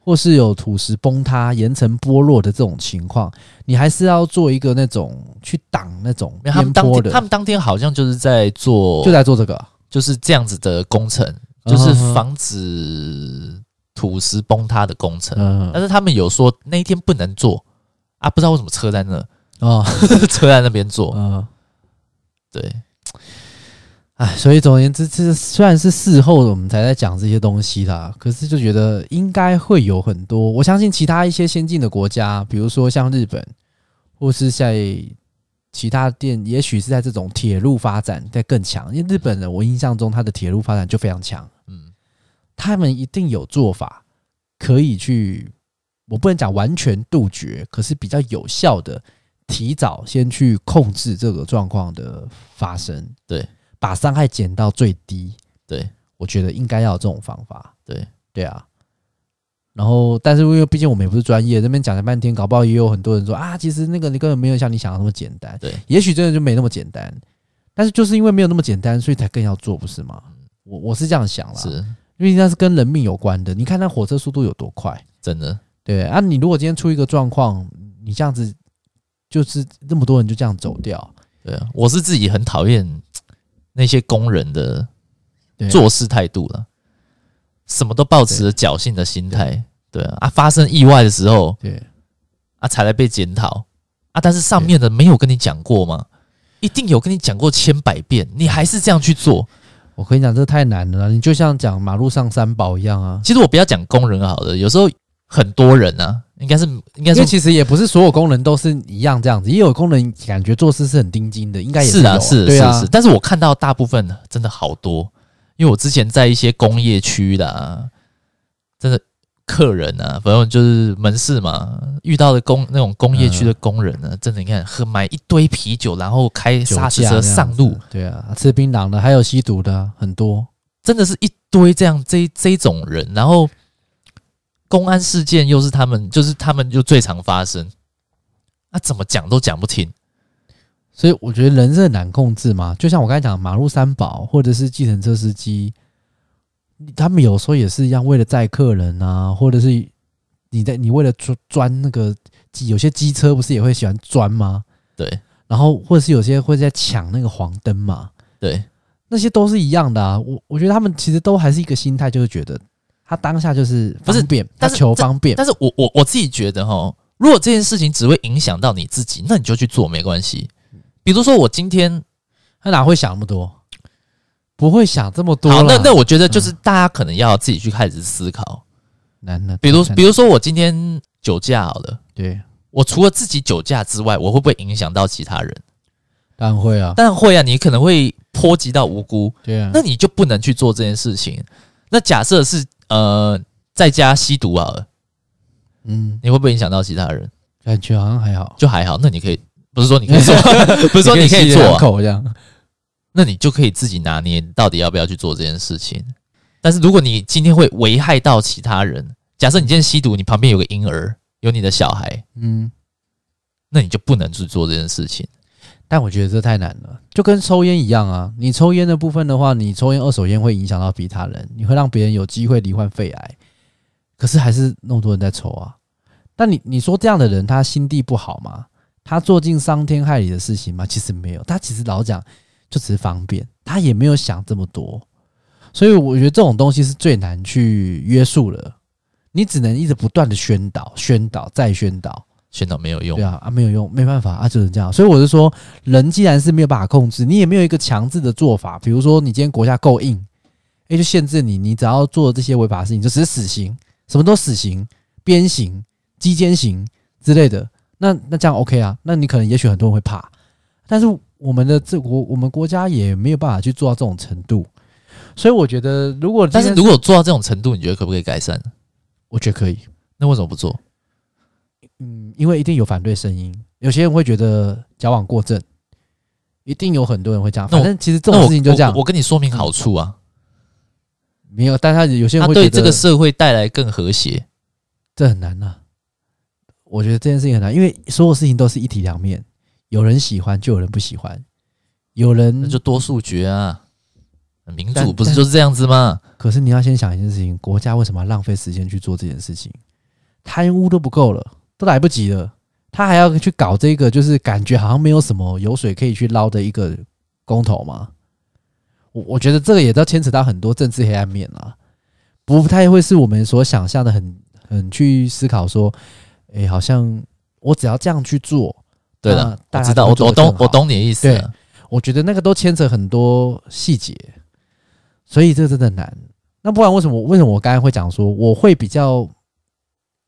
或是有土石崩塌、岩层剥落的这种情况，你还是要做一个那种去挡那种没有他们边当坡天的，他们当天好像就是在做，就在做这个。就是这样子的工程，嗯就是哼防止土石崩塌的工程。嗯，但是他们有说那一天不能做啊，不知道为什么车在那， 哦，车在那边做。嗯，对，唉，所以总而言之，这虽然是事后我们才在讲这些东西啦，可是就觉得应该会有很多。我相信其他一些先进的国家，比如说像日本，或是在其他店，也许是在这种铁路发展在更强。因为日本人，我印象中他的铁路发展就非常强，嗯，他们一定有做法可以去，我不能讲完全杜绝，可是比较有效的提早先去控制这个状况的发生，对，把伤害减到最低，对，我觉得应该要有这种方法，对，对啊。然后，但是因为毕竟我们也不是专业，这边讲了半天，搞不好也有很多人说啊，其实那个你根本没有像你想的那么简单，对，也许真的就没那么简单，但是就是因为没有那么简单，所以才更要做，不是吗？我我是这样想啦，嗯是因为那是跟人命有关的。你看那火车速度有多快，真的。对啊，你如果今天出一个状况，你这样子就是那么多人就这样走掉，对啊，我是自己很讨厌那些工人的对啊做事态度了，什么都抱持着侥幸的心态。对啊，啊，发生意外的时候对啊，才来被检讨啊，但是上面的没有跟你讲过吗？一定有跟你讲过千百遍，你还是这样去做。我跟你讲，这太难了啦，你就像讲马路上三宝一样啊，其实我不要讲工人好了，有时候很多人啊，应该是应该因说为其实也不是所有工人都是一样这样子，也有工人感觉做事是很钉钉的，应该也是有啊，啊，是对是啊，是，但是我看到大部分真的好多，因为我之前在一些工业区的、啊，真的客人啊，反正就是门市嘛，遇到的工那种工业区嗯的工人呢、真的你看，喝买一堆啤酒，然后开酒砂石驾车那样上子路，，对啊，吃槟榔的，还有吸毒的啊，很多。真的是一堆这样这这种人，然后公安事件又是他们，就是他们就最常发生，那、怎么讲都讲不听，所以我觉得人是很难控制嘛，就像我刚才讲，马路三宝或者是计程车司机，他们有时候也是一样，为了载客人啊，或者是你在你为了钻钻那个机，有些机车不是也会喜欢钻吗？对然后或者是有些会在抢那个黄灯嘛，对，那些都是一样的啊。我我觉得他们其实都还是一个心态，就是觉得他当下就是不是方便，他但是求方便，但是我我我自己觉得哈，如果这件事情只会影响到你自己，那你就去做没关系。比如说我今天他哪会想那么多？不会想这么多啦。好，那那我觉得就是大家可能要自己去开始思考。难难，比如难比如说我今天酒驾好了，对，我除了自己酒驾之外，我会不会影响到其他人？当然会啊，当然会啊，你可能会波及到无辜，对啊，那你就不能去做这件事情。那假设是呃在家吸毒好了，嗯，你会不会影响到其他人？感觉好像还好。就还好，那你可以不是说你可以做， 不是说你可以吸做两啊、口这样，那你就可以自己拿捏到底要不要去做这件事情。但是如果你今天会危害到其他人，假设你今天吸毒，你旁边有个婴儿，有你的小孩，嗯，那你就不能去做这件事情。但我觉得这太难了，就跟抽烟一样啊。你抽烟的部分的话，你抽烟二手烟会影响到其他人，你会让别人有机会罹患肺癌，可是还是那么多人在抽啊。但你你说这样的人，他心地不好吗？他做尽伤天害理的事情吗？其实没有，他其实老讲就只是方便，他也没有想这么多。所以我觉得这种东西是最难去约束了，你只能一直不断的宣导、宣导再宣导。宣导没有用对，啊，啊没有用，没办法啊，就是这样。所以我是说，人既然是没有办法控制，你也没有一个强制的做法，比如说你今天国家够硬，哎、就限制你，你只要做这些违法的事情，就只是死刑，什么都死刑、鞭刑、鸡奸刑之类的。那那这样 OK 啊？那你可能也许很多人会怕，但是我们的这国我们国家也没有办法去做到这种程度，所以我觉得如果但是今天如果做到这种程度，你觉得可不可以改善？我觉得可以，那为什么不做？嗯，因为一定有反对声音，有些人会觉得矫枉过正，一定有很多人会这样。那我反正其实这那种我事情就这样我，我，跟你说明好处啊，没有。但他有些它人嗯啊会对觉这得个社会带来更和谐。这很难呐、啊我觉得这件事情很难，因为所有事情都是一体两面，有人喜欢就有人不喜欢，有那人就多数决啊，民主嗯但不是但就是这样子吗？可是你要先想一件事情：国家为什么要浪费时间去做这件事情？贪污都不够了，都来不及了，他还要去搞这个，就是感觉好像没有什么油水可以去捞的一个公投吗？我我觉得这个也都牵扯到很多政治黑暗面啦，不太会是我们所想象的很很去思考说，诶、好像我只要这样去做，对那的，大我家知道，就我会做我得更懂，我好懂你的意思啊。我觉得那个都牵扯很多细节，所以这个真的难。那不然为什么为什么我刚才会讲说我会比较，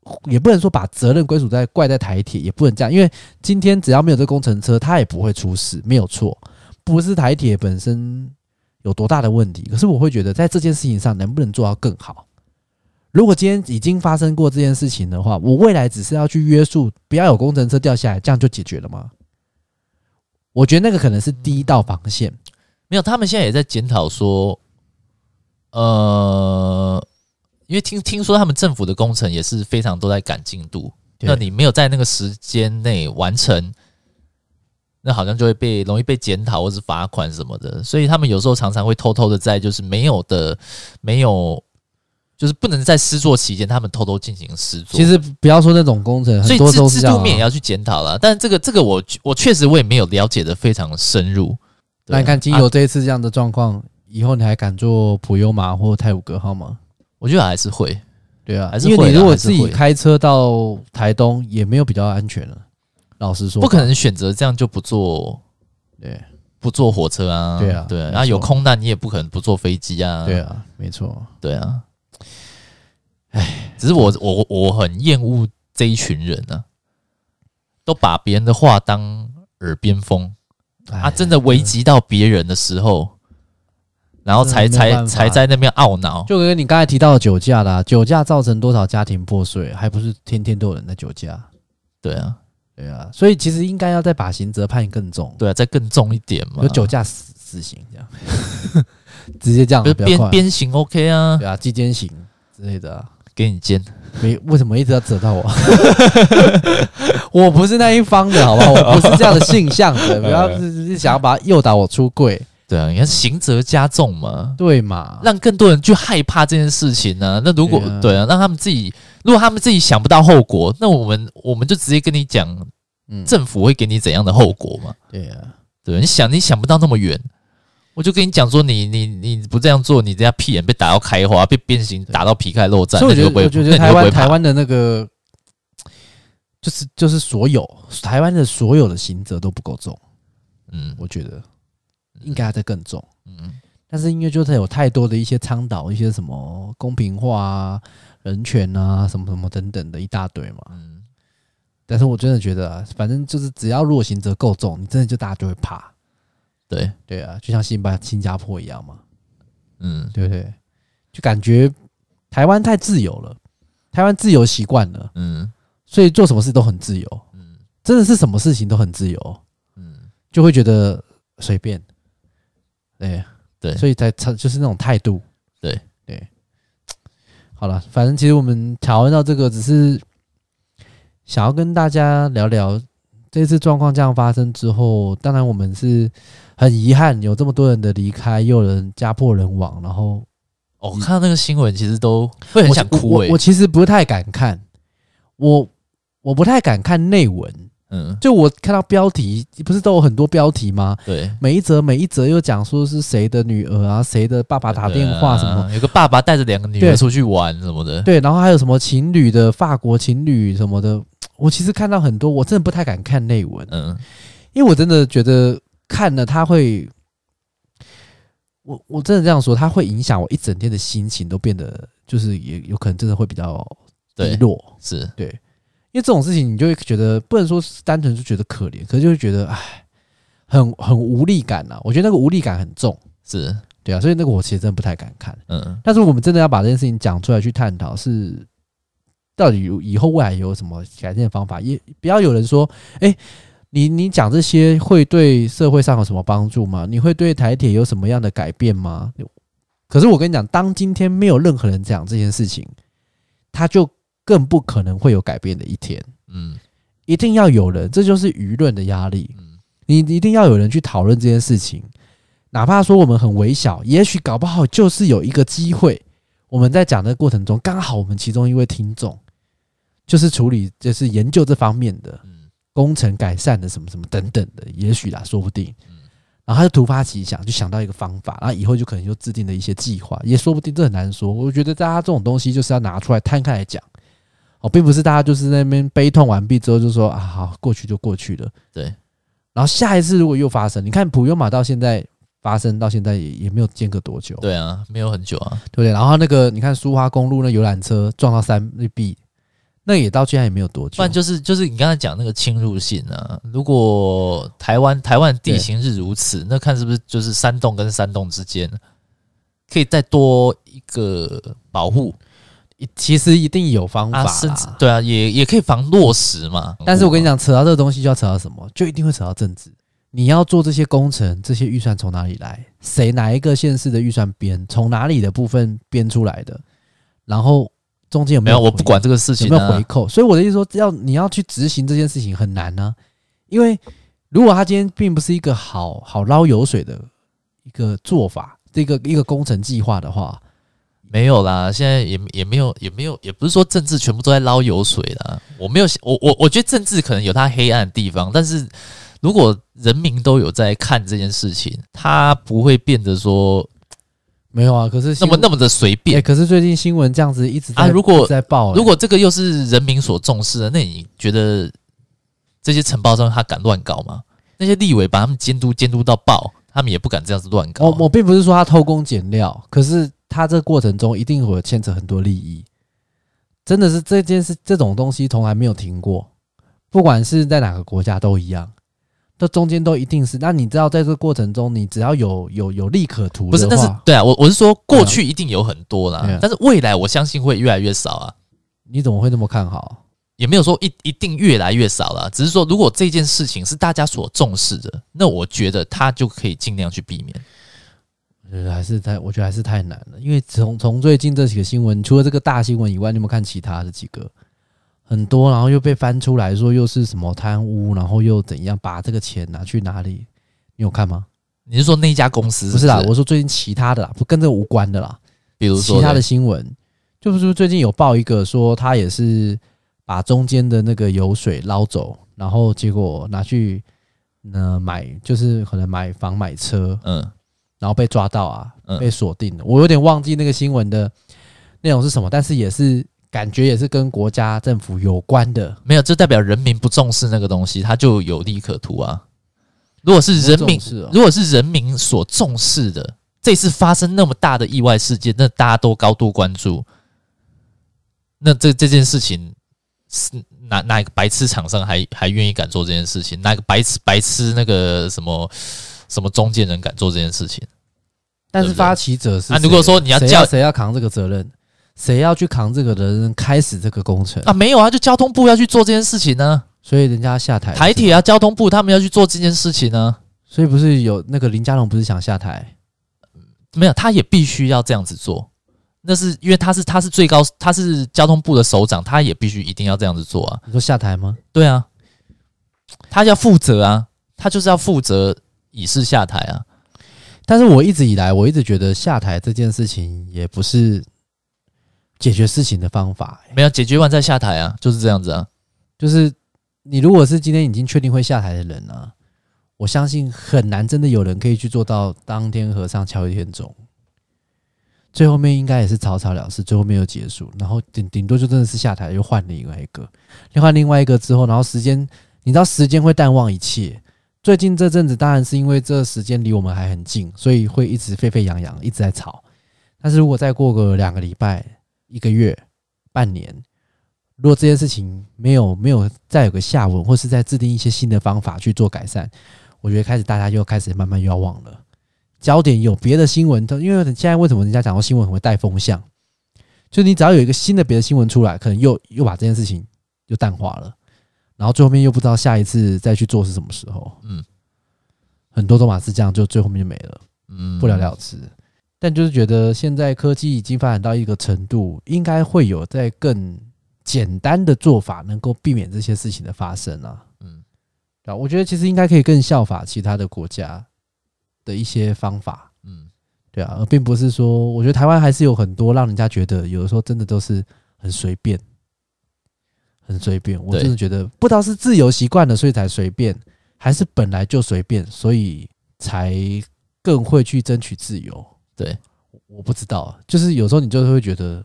呃也不能说把责任归属在怪在台铁，也不能这样，因为今天只要没有这工程车，它也不会出事，没有错，不是台铁本身有多大的问题。可是我会觉得在这件事情上能不能做到更好？如果今天已经发生过这件事情的话，我未来只是要去约束，不要有工程车掉下来，这样就解决了吗？我觉得那个可能是第一道防线。没有，他们现在也在检讨说，呃，因为听听说他们政府的工程也是非常都在赶进度，对那你没有在那个时间内完成，那好像就会被容易被检讨或是罚款什么的，所以他们有时候常常会偷偷的在就是没有的没有，就是不能在施作期间，他们偷偷进行施作。其实不要说那种工程，所很以多制都是制这样、度啊。面也要去检讨啦。但这个这个我我确实我也没有了解的非常深入。对那你看，经啊由这一次这样的状况，以后你还敢做普悠玛或泰晤格号吗？我觉得还是会，对啊还，是因会为啦你如果还是自己会开车到台东，也没有比较安全了。老实说，不可。能选择这样就不坐对不坐火车啊，对啊对没然后有错空难你也不可能不坐飞机啊，对啊，没错。对啊，唉，只是我嗯我我很厌恶这一群人啊，都把别人的话当耳边风啊，哎真的危及到别人的时候，然后才真的没有才办法才在那边懊恼。就跟你刚才提到的酒驾啦，酒驾造成多少家庭破碎，还不是天天都有人在酒驾？对啊，对啊，所以其实应该要再把刑责判更重，对啊，再更重一点嘛有。酒驾死死刑这样， 直接这样啊不是比较快鞭，鞭刑 OK 啊对，啊，鸡奸刑之类的、啊。给你奸。没，为什么一直要扯到我？ 我不是那一方的，好不好？我不是这样的性向 的，哎不要是是想要把诱导我出柜，对啊，你看刑责加重嘛，对嘛？让更多人去害怕这件事情呢、那如果对啊对啊，让他们自己，如果他们自己想不到后果，那我们我们就直接跟你讲，嗯，政府会给你怎样的后果嘛？对啊，对，你想你想不到那么远，我就跟你讲说你，你你不这样做，你这样屁眼被打到开花，被变形打到皮开肉绽，所以那我你觉得，会不会我觉那得你台会不会湾怕台湾的那个，就是就是所有台湾的所有的刑责都不够重，嗯我觉得应该要再更重。嗯但是因为就是有太多的一些倡导一些什么公平化啊、人权啊、什么什么等等的一大堆嘛。嗯，但是我真的觉得、啊，反正就是只要若行者够重，你真的就大家就会怕。对，对啊，就像新巴新加坡一样嘛，嗯对不对？就感觉台湾太自由了，台湾自由习惯了，嗯所以做什么事都很自由，嗯真的是什么事情都很自由，嗯，就会觉得随便。对对所以才才就是那种态度。对对，好了，反正其实我们讨论到这个，只是想要跟大家聊聊这次状况这样发生之后，当然我们是很遗憾有这么多人的离开，又有人家破人亡，然后哦，看到那个新闻，其实都会很我想哭欸我诶、我我其实不太敢看，我我不太敢看内文，嗯，就我看到标题，不是都有很多标题吗？对。每一则每一则又讲说是谁的女儿啊，谁的爸爸打电话什么，对啊有个爸爸带着两个女儿对出去玩什么的， 对，然后还有什么情侣的法国情侣什么的，我其实看到很多，我真的不太敢看内文，嗯，因为我真的觉得看了他会，我我真的这样说，他会影响我一整天的心情，都变得就是也有可能真的会比较低对，落，是，因为这种事情你就会觉得不能说是单纯是觉得可怜，可是就会觉得唉，很很无力感啊，我觉得那个无力感很重，是，对啊，所以那个我其实真的不太敢看。嗯但是我们真的要把这件事情讲出来去探讨，是到底有以后未来有什么改进的方法？也不要有人说，哎、你你讲这些会对社会上有什么帮助吗？你会对台铁有什么样的改变吗？可是我跟你讲，当今天没有任何人讲这件事情，他就更不可能会有改变的一天。嗯一定要有人，这就是舆论的压力。嗯你一定要有人去讨论这件事情，哪怕说我们很微小，也许搞不好就是有一个机会，我们在讲的过程中，刚好我们其中一位听众就是处理就是研究这方面的嗯工程改善的什么什么等等的，也许啦，说不定嗯。然后他就突发奇想，就想到一个方法，然后以后就可能就制定了一些计划，也说不定，这很难说。我觉得大家这种东西就是要拿出来摊开来讲，哦，并不是大家就是在那边悲痛完毕之后就说啊，好，过去就过去了。对。然后下一次如果又发生，你看普悠玛到现在发生到现在也也没有间隔多久，对啊，没有很久啊，对不对？然后那个你看苏花公路那游览车撞到三绿壁，那也到现在也没有多不久然。就是就是你刚才讲那个侵入性啊，如果台湾台湾地形是如此，那看是不是就是山洞跟山洞之间可以再多一个保护其实一定有方法啊，啦、甚至对啊，也也可以防落石嘛。但是我跟你，讲，扯到这个东西就要扯到什么，就一定会扯到政治。你要做这些工程，这些预算从哪里来？谁哪一个县市的预算编？从哪里的部分编出来的？然后中间有没没有有我回不管这个事情有没有啊回，扣？所以我的意思说，要你要去执行这件事情很难呢、因为如果他今天并不是一个好好捞油水的一个做法，这个一个工程计划的话，没有啦，现在也也没有也没有，也不是说政治全部都在捞油水啦。我没有，我我我觉得政治可能有它黑暗的地方，但是如果人民都有在看这件事情，它不会变得说没有啊。可是那新么那么的随哎便。可是最近新闻这样子一直在啊如果一直在报、哎如果这个又是人民所重视的，那你觉得这些承包商他敢乱搞吗？那些立委把他们监督监督到爆，他们也不敢这样子乱搞我啊。我并不是说他偷工减料，可是他这过程中一定会有牵扯很多利益，真的是这件事这种东西从来没有停过，不管是在哪个国家都一样。这中间都一定是。那你知道，在这过程中，你只要有有有利可图的话，不是，但是对啊，我我是说过去一定有很多啦，对啊但是未来我相信会越来越少啊，你怎么会那么看好？也没有说一一定越来越少啦，只是说如果这件事情是大家所重视的，那我觉得他就可以尽量去避免。我觉得呃还是太，我觉得还是太难了。因为从从最近这几个新闻，除了这个大新闻以外，你有没有看其他的几个？很多，然后又被翻出来说又是什么贪污，然后又怎样把这个钱拿去哪里？你有看吗？你是说那一家公司是不不是是啦，我说最近其他的啦，不跟这个无关的啦。比如说其他的新闻，就是最近有报一个说他也是把中间的那个油水捞走，然后结果拿去呃买，就是可能买房买车，嗯然后被抓到啊，嗯被锁定了。我有点忘记那个新闻的内容是什么，但是也是感觉也是跟国家政府有关的。没有，这代表人民不重视那个东西，他就有利可图啊。如果是人民这种事哦如果是人民所重视的，这次发生那么大的意外事件，那大家都高度关注，那这这件事情是哪哪个白痴厂商还还愿意敢做这件事情？哪个白痴白痴那个什么什么中间人敢做这件事情？但是对不对发起者是啊谁如果说你要谁叫谁要扛这个责任，谁要去扛这个责任，开始这个工程，啊，没有啊，就交通部要去做这件事情呢、所以人家下台了台是吗铁啊，交通部他们要去做这件事情啊呢、所以不是有那个林佳龙不是想下台？没有，他也必须要这样子做。那是因为他是他是最高他是交通部的首长，他也必须一定要这样子做啊。你说下台吗？对啊，他要负责啊，他就是要负责以示下台啊。但是我一直以来，我一直觉得下台这件事情也不是解决事情的方法、欸没有解决完再下台啊，就是这样子啊。就是你如果是今天已经确定会下台的人呢、我相信很难真的有人可以去做到当天和尚敲一天钟。最后面应该也是草草了事，最后面又结束，然后顶顶多就真的是下台，又换另外一个，又换另外一个之后，然后时间，你知道时间会淡忘一切。最近这阵子当然是因为这时间离我们还很近，所以会一直沸沸扬扬，一直在吵。但是如果再过个两个礼拜、一个月、半年，如果这件事情没有没有再有个下文，或是再制定一些新的方法去做改善，我觉得开始大家又开始慢慢又要忘了。焦点有别的新闻，都因为现在为什么人家讲说新闻很会带风向，就你只要有一个新的别的新闻出来，可能又又把这件事情又淡化了，然后最后面又不知道下一次再去做是什么时候。嗯，很多都嘛是这样，就最后面就没了。嗯，不了了之。但就是觉得现在科技已经发展到一个程度，应该会有在更简单的做法，能够避免这些事情的发生啊。嗯，对啊，我觉得其实应该可以更效法其他的国家的一些方法，嗯，对啊，而并不是说，我觉得台湾还是有很多让人家觉得有的时候真的都是很随便，很随便。我对真的觉得不知道是自由习惯了，所以才随便，还是本来就随便，所以才更会去争取自由。对我，我不知道，啊就是有时候你就是会觉得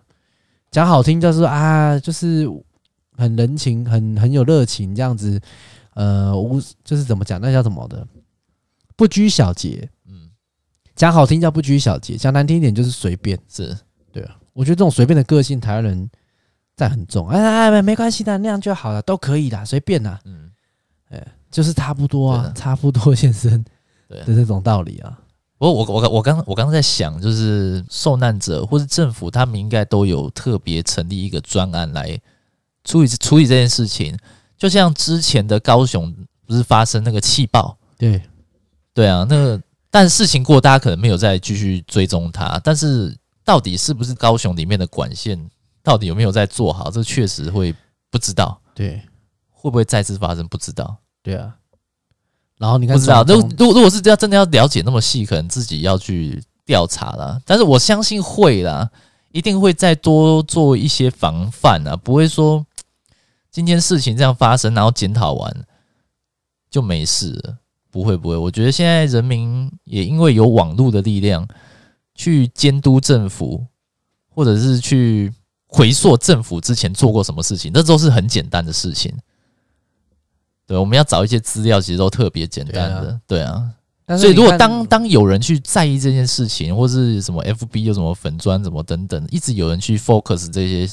讲好听就是啊，就是很人情，很很有热情这样子，呃，无就是怎么讲，那叫什么的，不拘小节。嗯，讲好听叫不拘小节，讲难听一点就是随便。是我觉得这种随便的个性，台湾人占很重。哎哎，哎没关系的，那样就好了，都可以的，随便啦，嗯，就是差不多对啊啊，差不多先生对啊的。这种道理啊。不过我我我刚我刚刚在想，就是受难者或是政府，他们应该都有特别成立一个专案来处理处理这件事情。就像之前的高雄不是发生那个气爆，对，对啊，那个但事情过，大家可能没有再继续追踪它，但是到底是不是高雄里面的管线，到底有没有在做好，这确实会不知道，对，会不会再次发生不知道，对啊。然后你看不知道。如总果统，如果如果是要真的要了解那么细，可能自己要去调查啦。但是我相信会啦，一定会再多做一些防范啊，不会说今天事情这样发生，然后检讨完就没事了。不会不会，我觉得现在人民也因为有网络的力量，去监督政府，或者是去回溯政府之前做过什么事情，那都是很简单的事情。对，我们要找一些资料，其实都特别简单的。对啊，但是所以如你果看当当有人去在意这件事情，或是什么 FB 有什么粉砖什么等等，一直有人去 focus 这些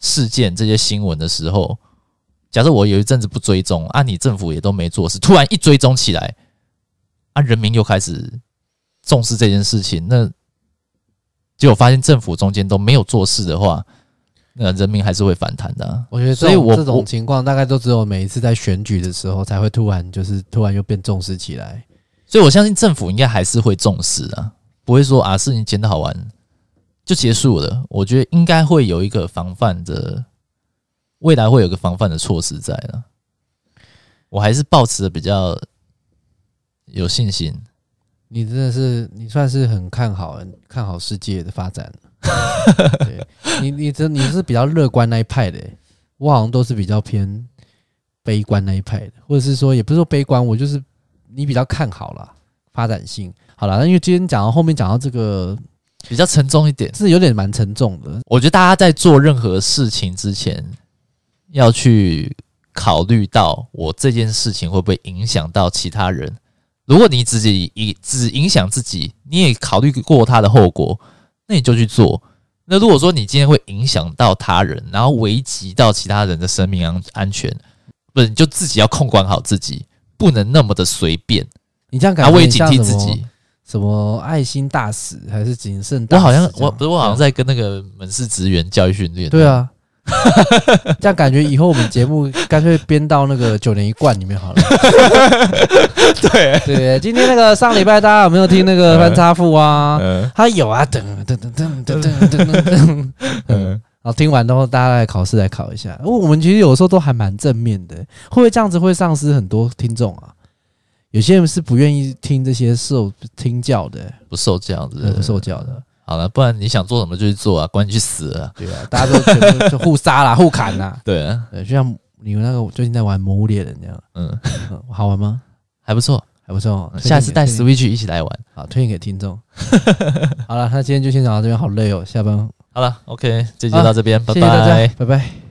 事件、这些新闻的时候，假设我有一阵子不追踪啊，你政府也都没做事，突然一追踪起来，啊，人民又开始重视这件事情，那结果发现政府中间都没有做事的话，那人民还是会反弹的啊、我觉得这所以种我这种我情况大概都只有每一次在选举的时候才会突然就是突然又变重视起来。所以我相信政府应该还是会重视的啊，不会说啊事情检讨完就结束了。我觉得应该会有一个防范的，未来会有个防范的措施在了。我还是保持的比较有信心。你真的是你算是很看好看好世界的 发展。对你你真你是比较乐观那一派的、我好像都是比较偏悲观那一派的，或者是说也不是说悲观，我就是你比较看好啦，发展性。好啦，那因为今天讲到后面讲到这个比较沉重一点。是有点蛮沉重的，我觉得大家在做任何事情之前，要去考虑到我这件事情会不会影响到其他人。如果你自己以只影响自己，你也考虑过它的后果，那你就去做。那如果说你今天会影响到他人，然后危及到其他人的生命安安全，不是你就自己要控管好自己，不能那么的随便，你这样然感后觉我也很警像什惕么自己。什么爱心大使还是谨慎大我使这好样？像我不是我好像在跟那个门市职员教育训练，对啊， 这样感觉以后我们节目干脆编到那个九年一贯里面好了。 对，对，今天那个上礼拜大家有没有听那 个翻插副啊？嗯他有啊，噔噔噔噔噔噔噔噔。嗯。然后听完之后，大家来考试来考一下。因为我们其实有时候都还蛮正面的，会不会这样子会丧失很多听众啊？有些人是不愿意听这些受听教的，不受教的，不受教的。好了，不然你想做什么就去做啊，管你去死啊！对啊，大家都全部就互杀啦，互砍啦。对啊，对，就像你们那个我最近在玩《魔物猎人》这样，嗯，嗯好玩吗？还不错。还不错哦。推荐下次给带推荐 Switch 一起来玩。好，推荐给听众。 好了，那今天就先讲到这边，好累哦，下班，好了，OK，这集就到这边，拜啊谢谢大拜家，。拜拜。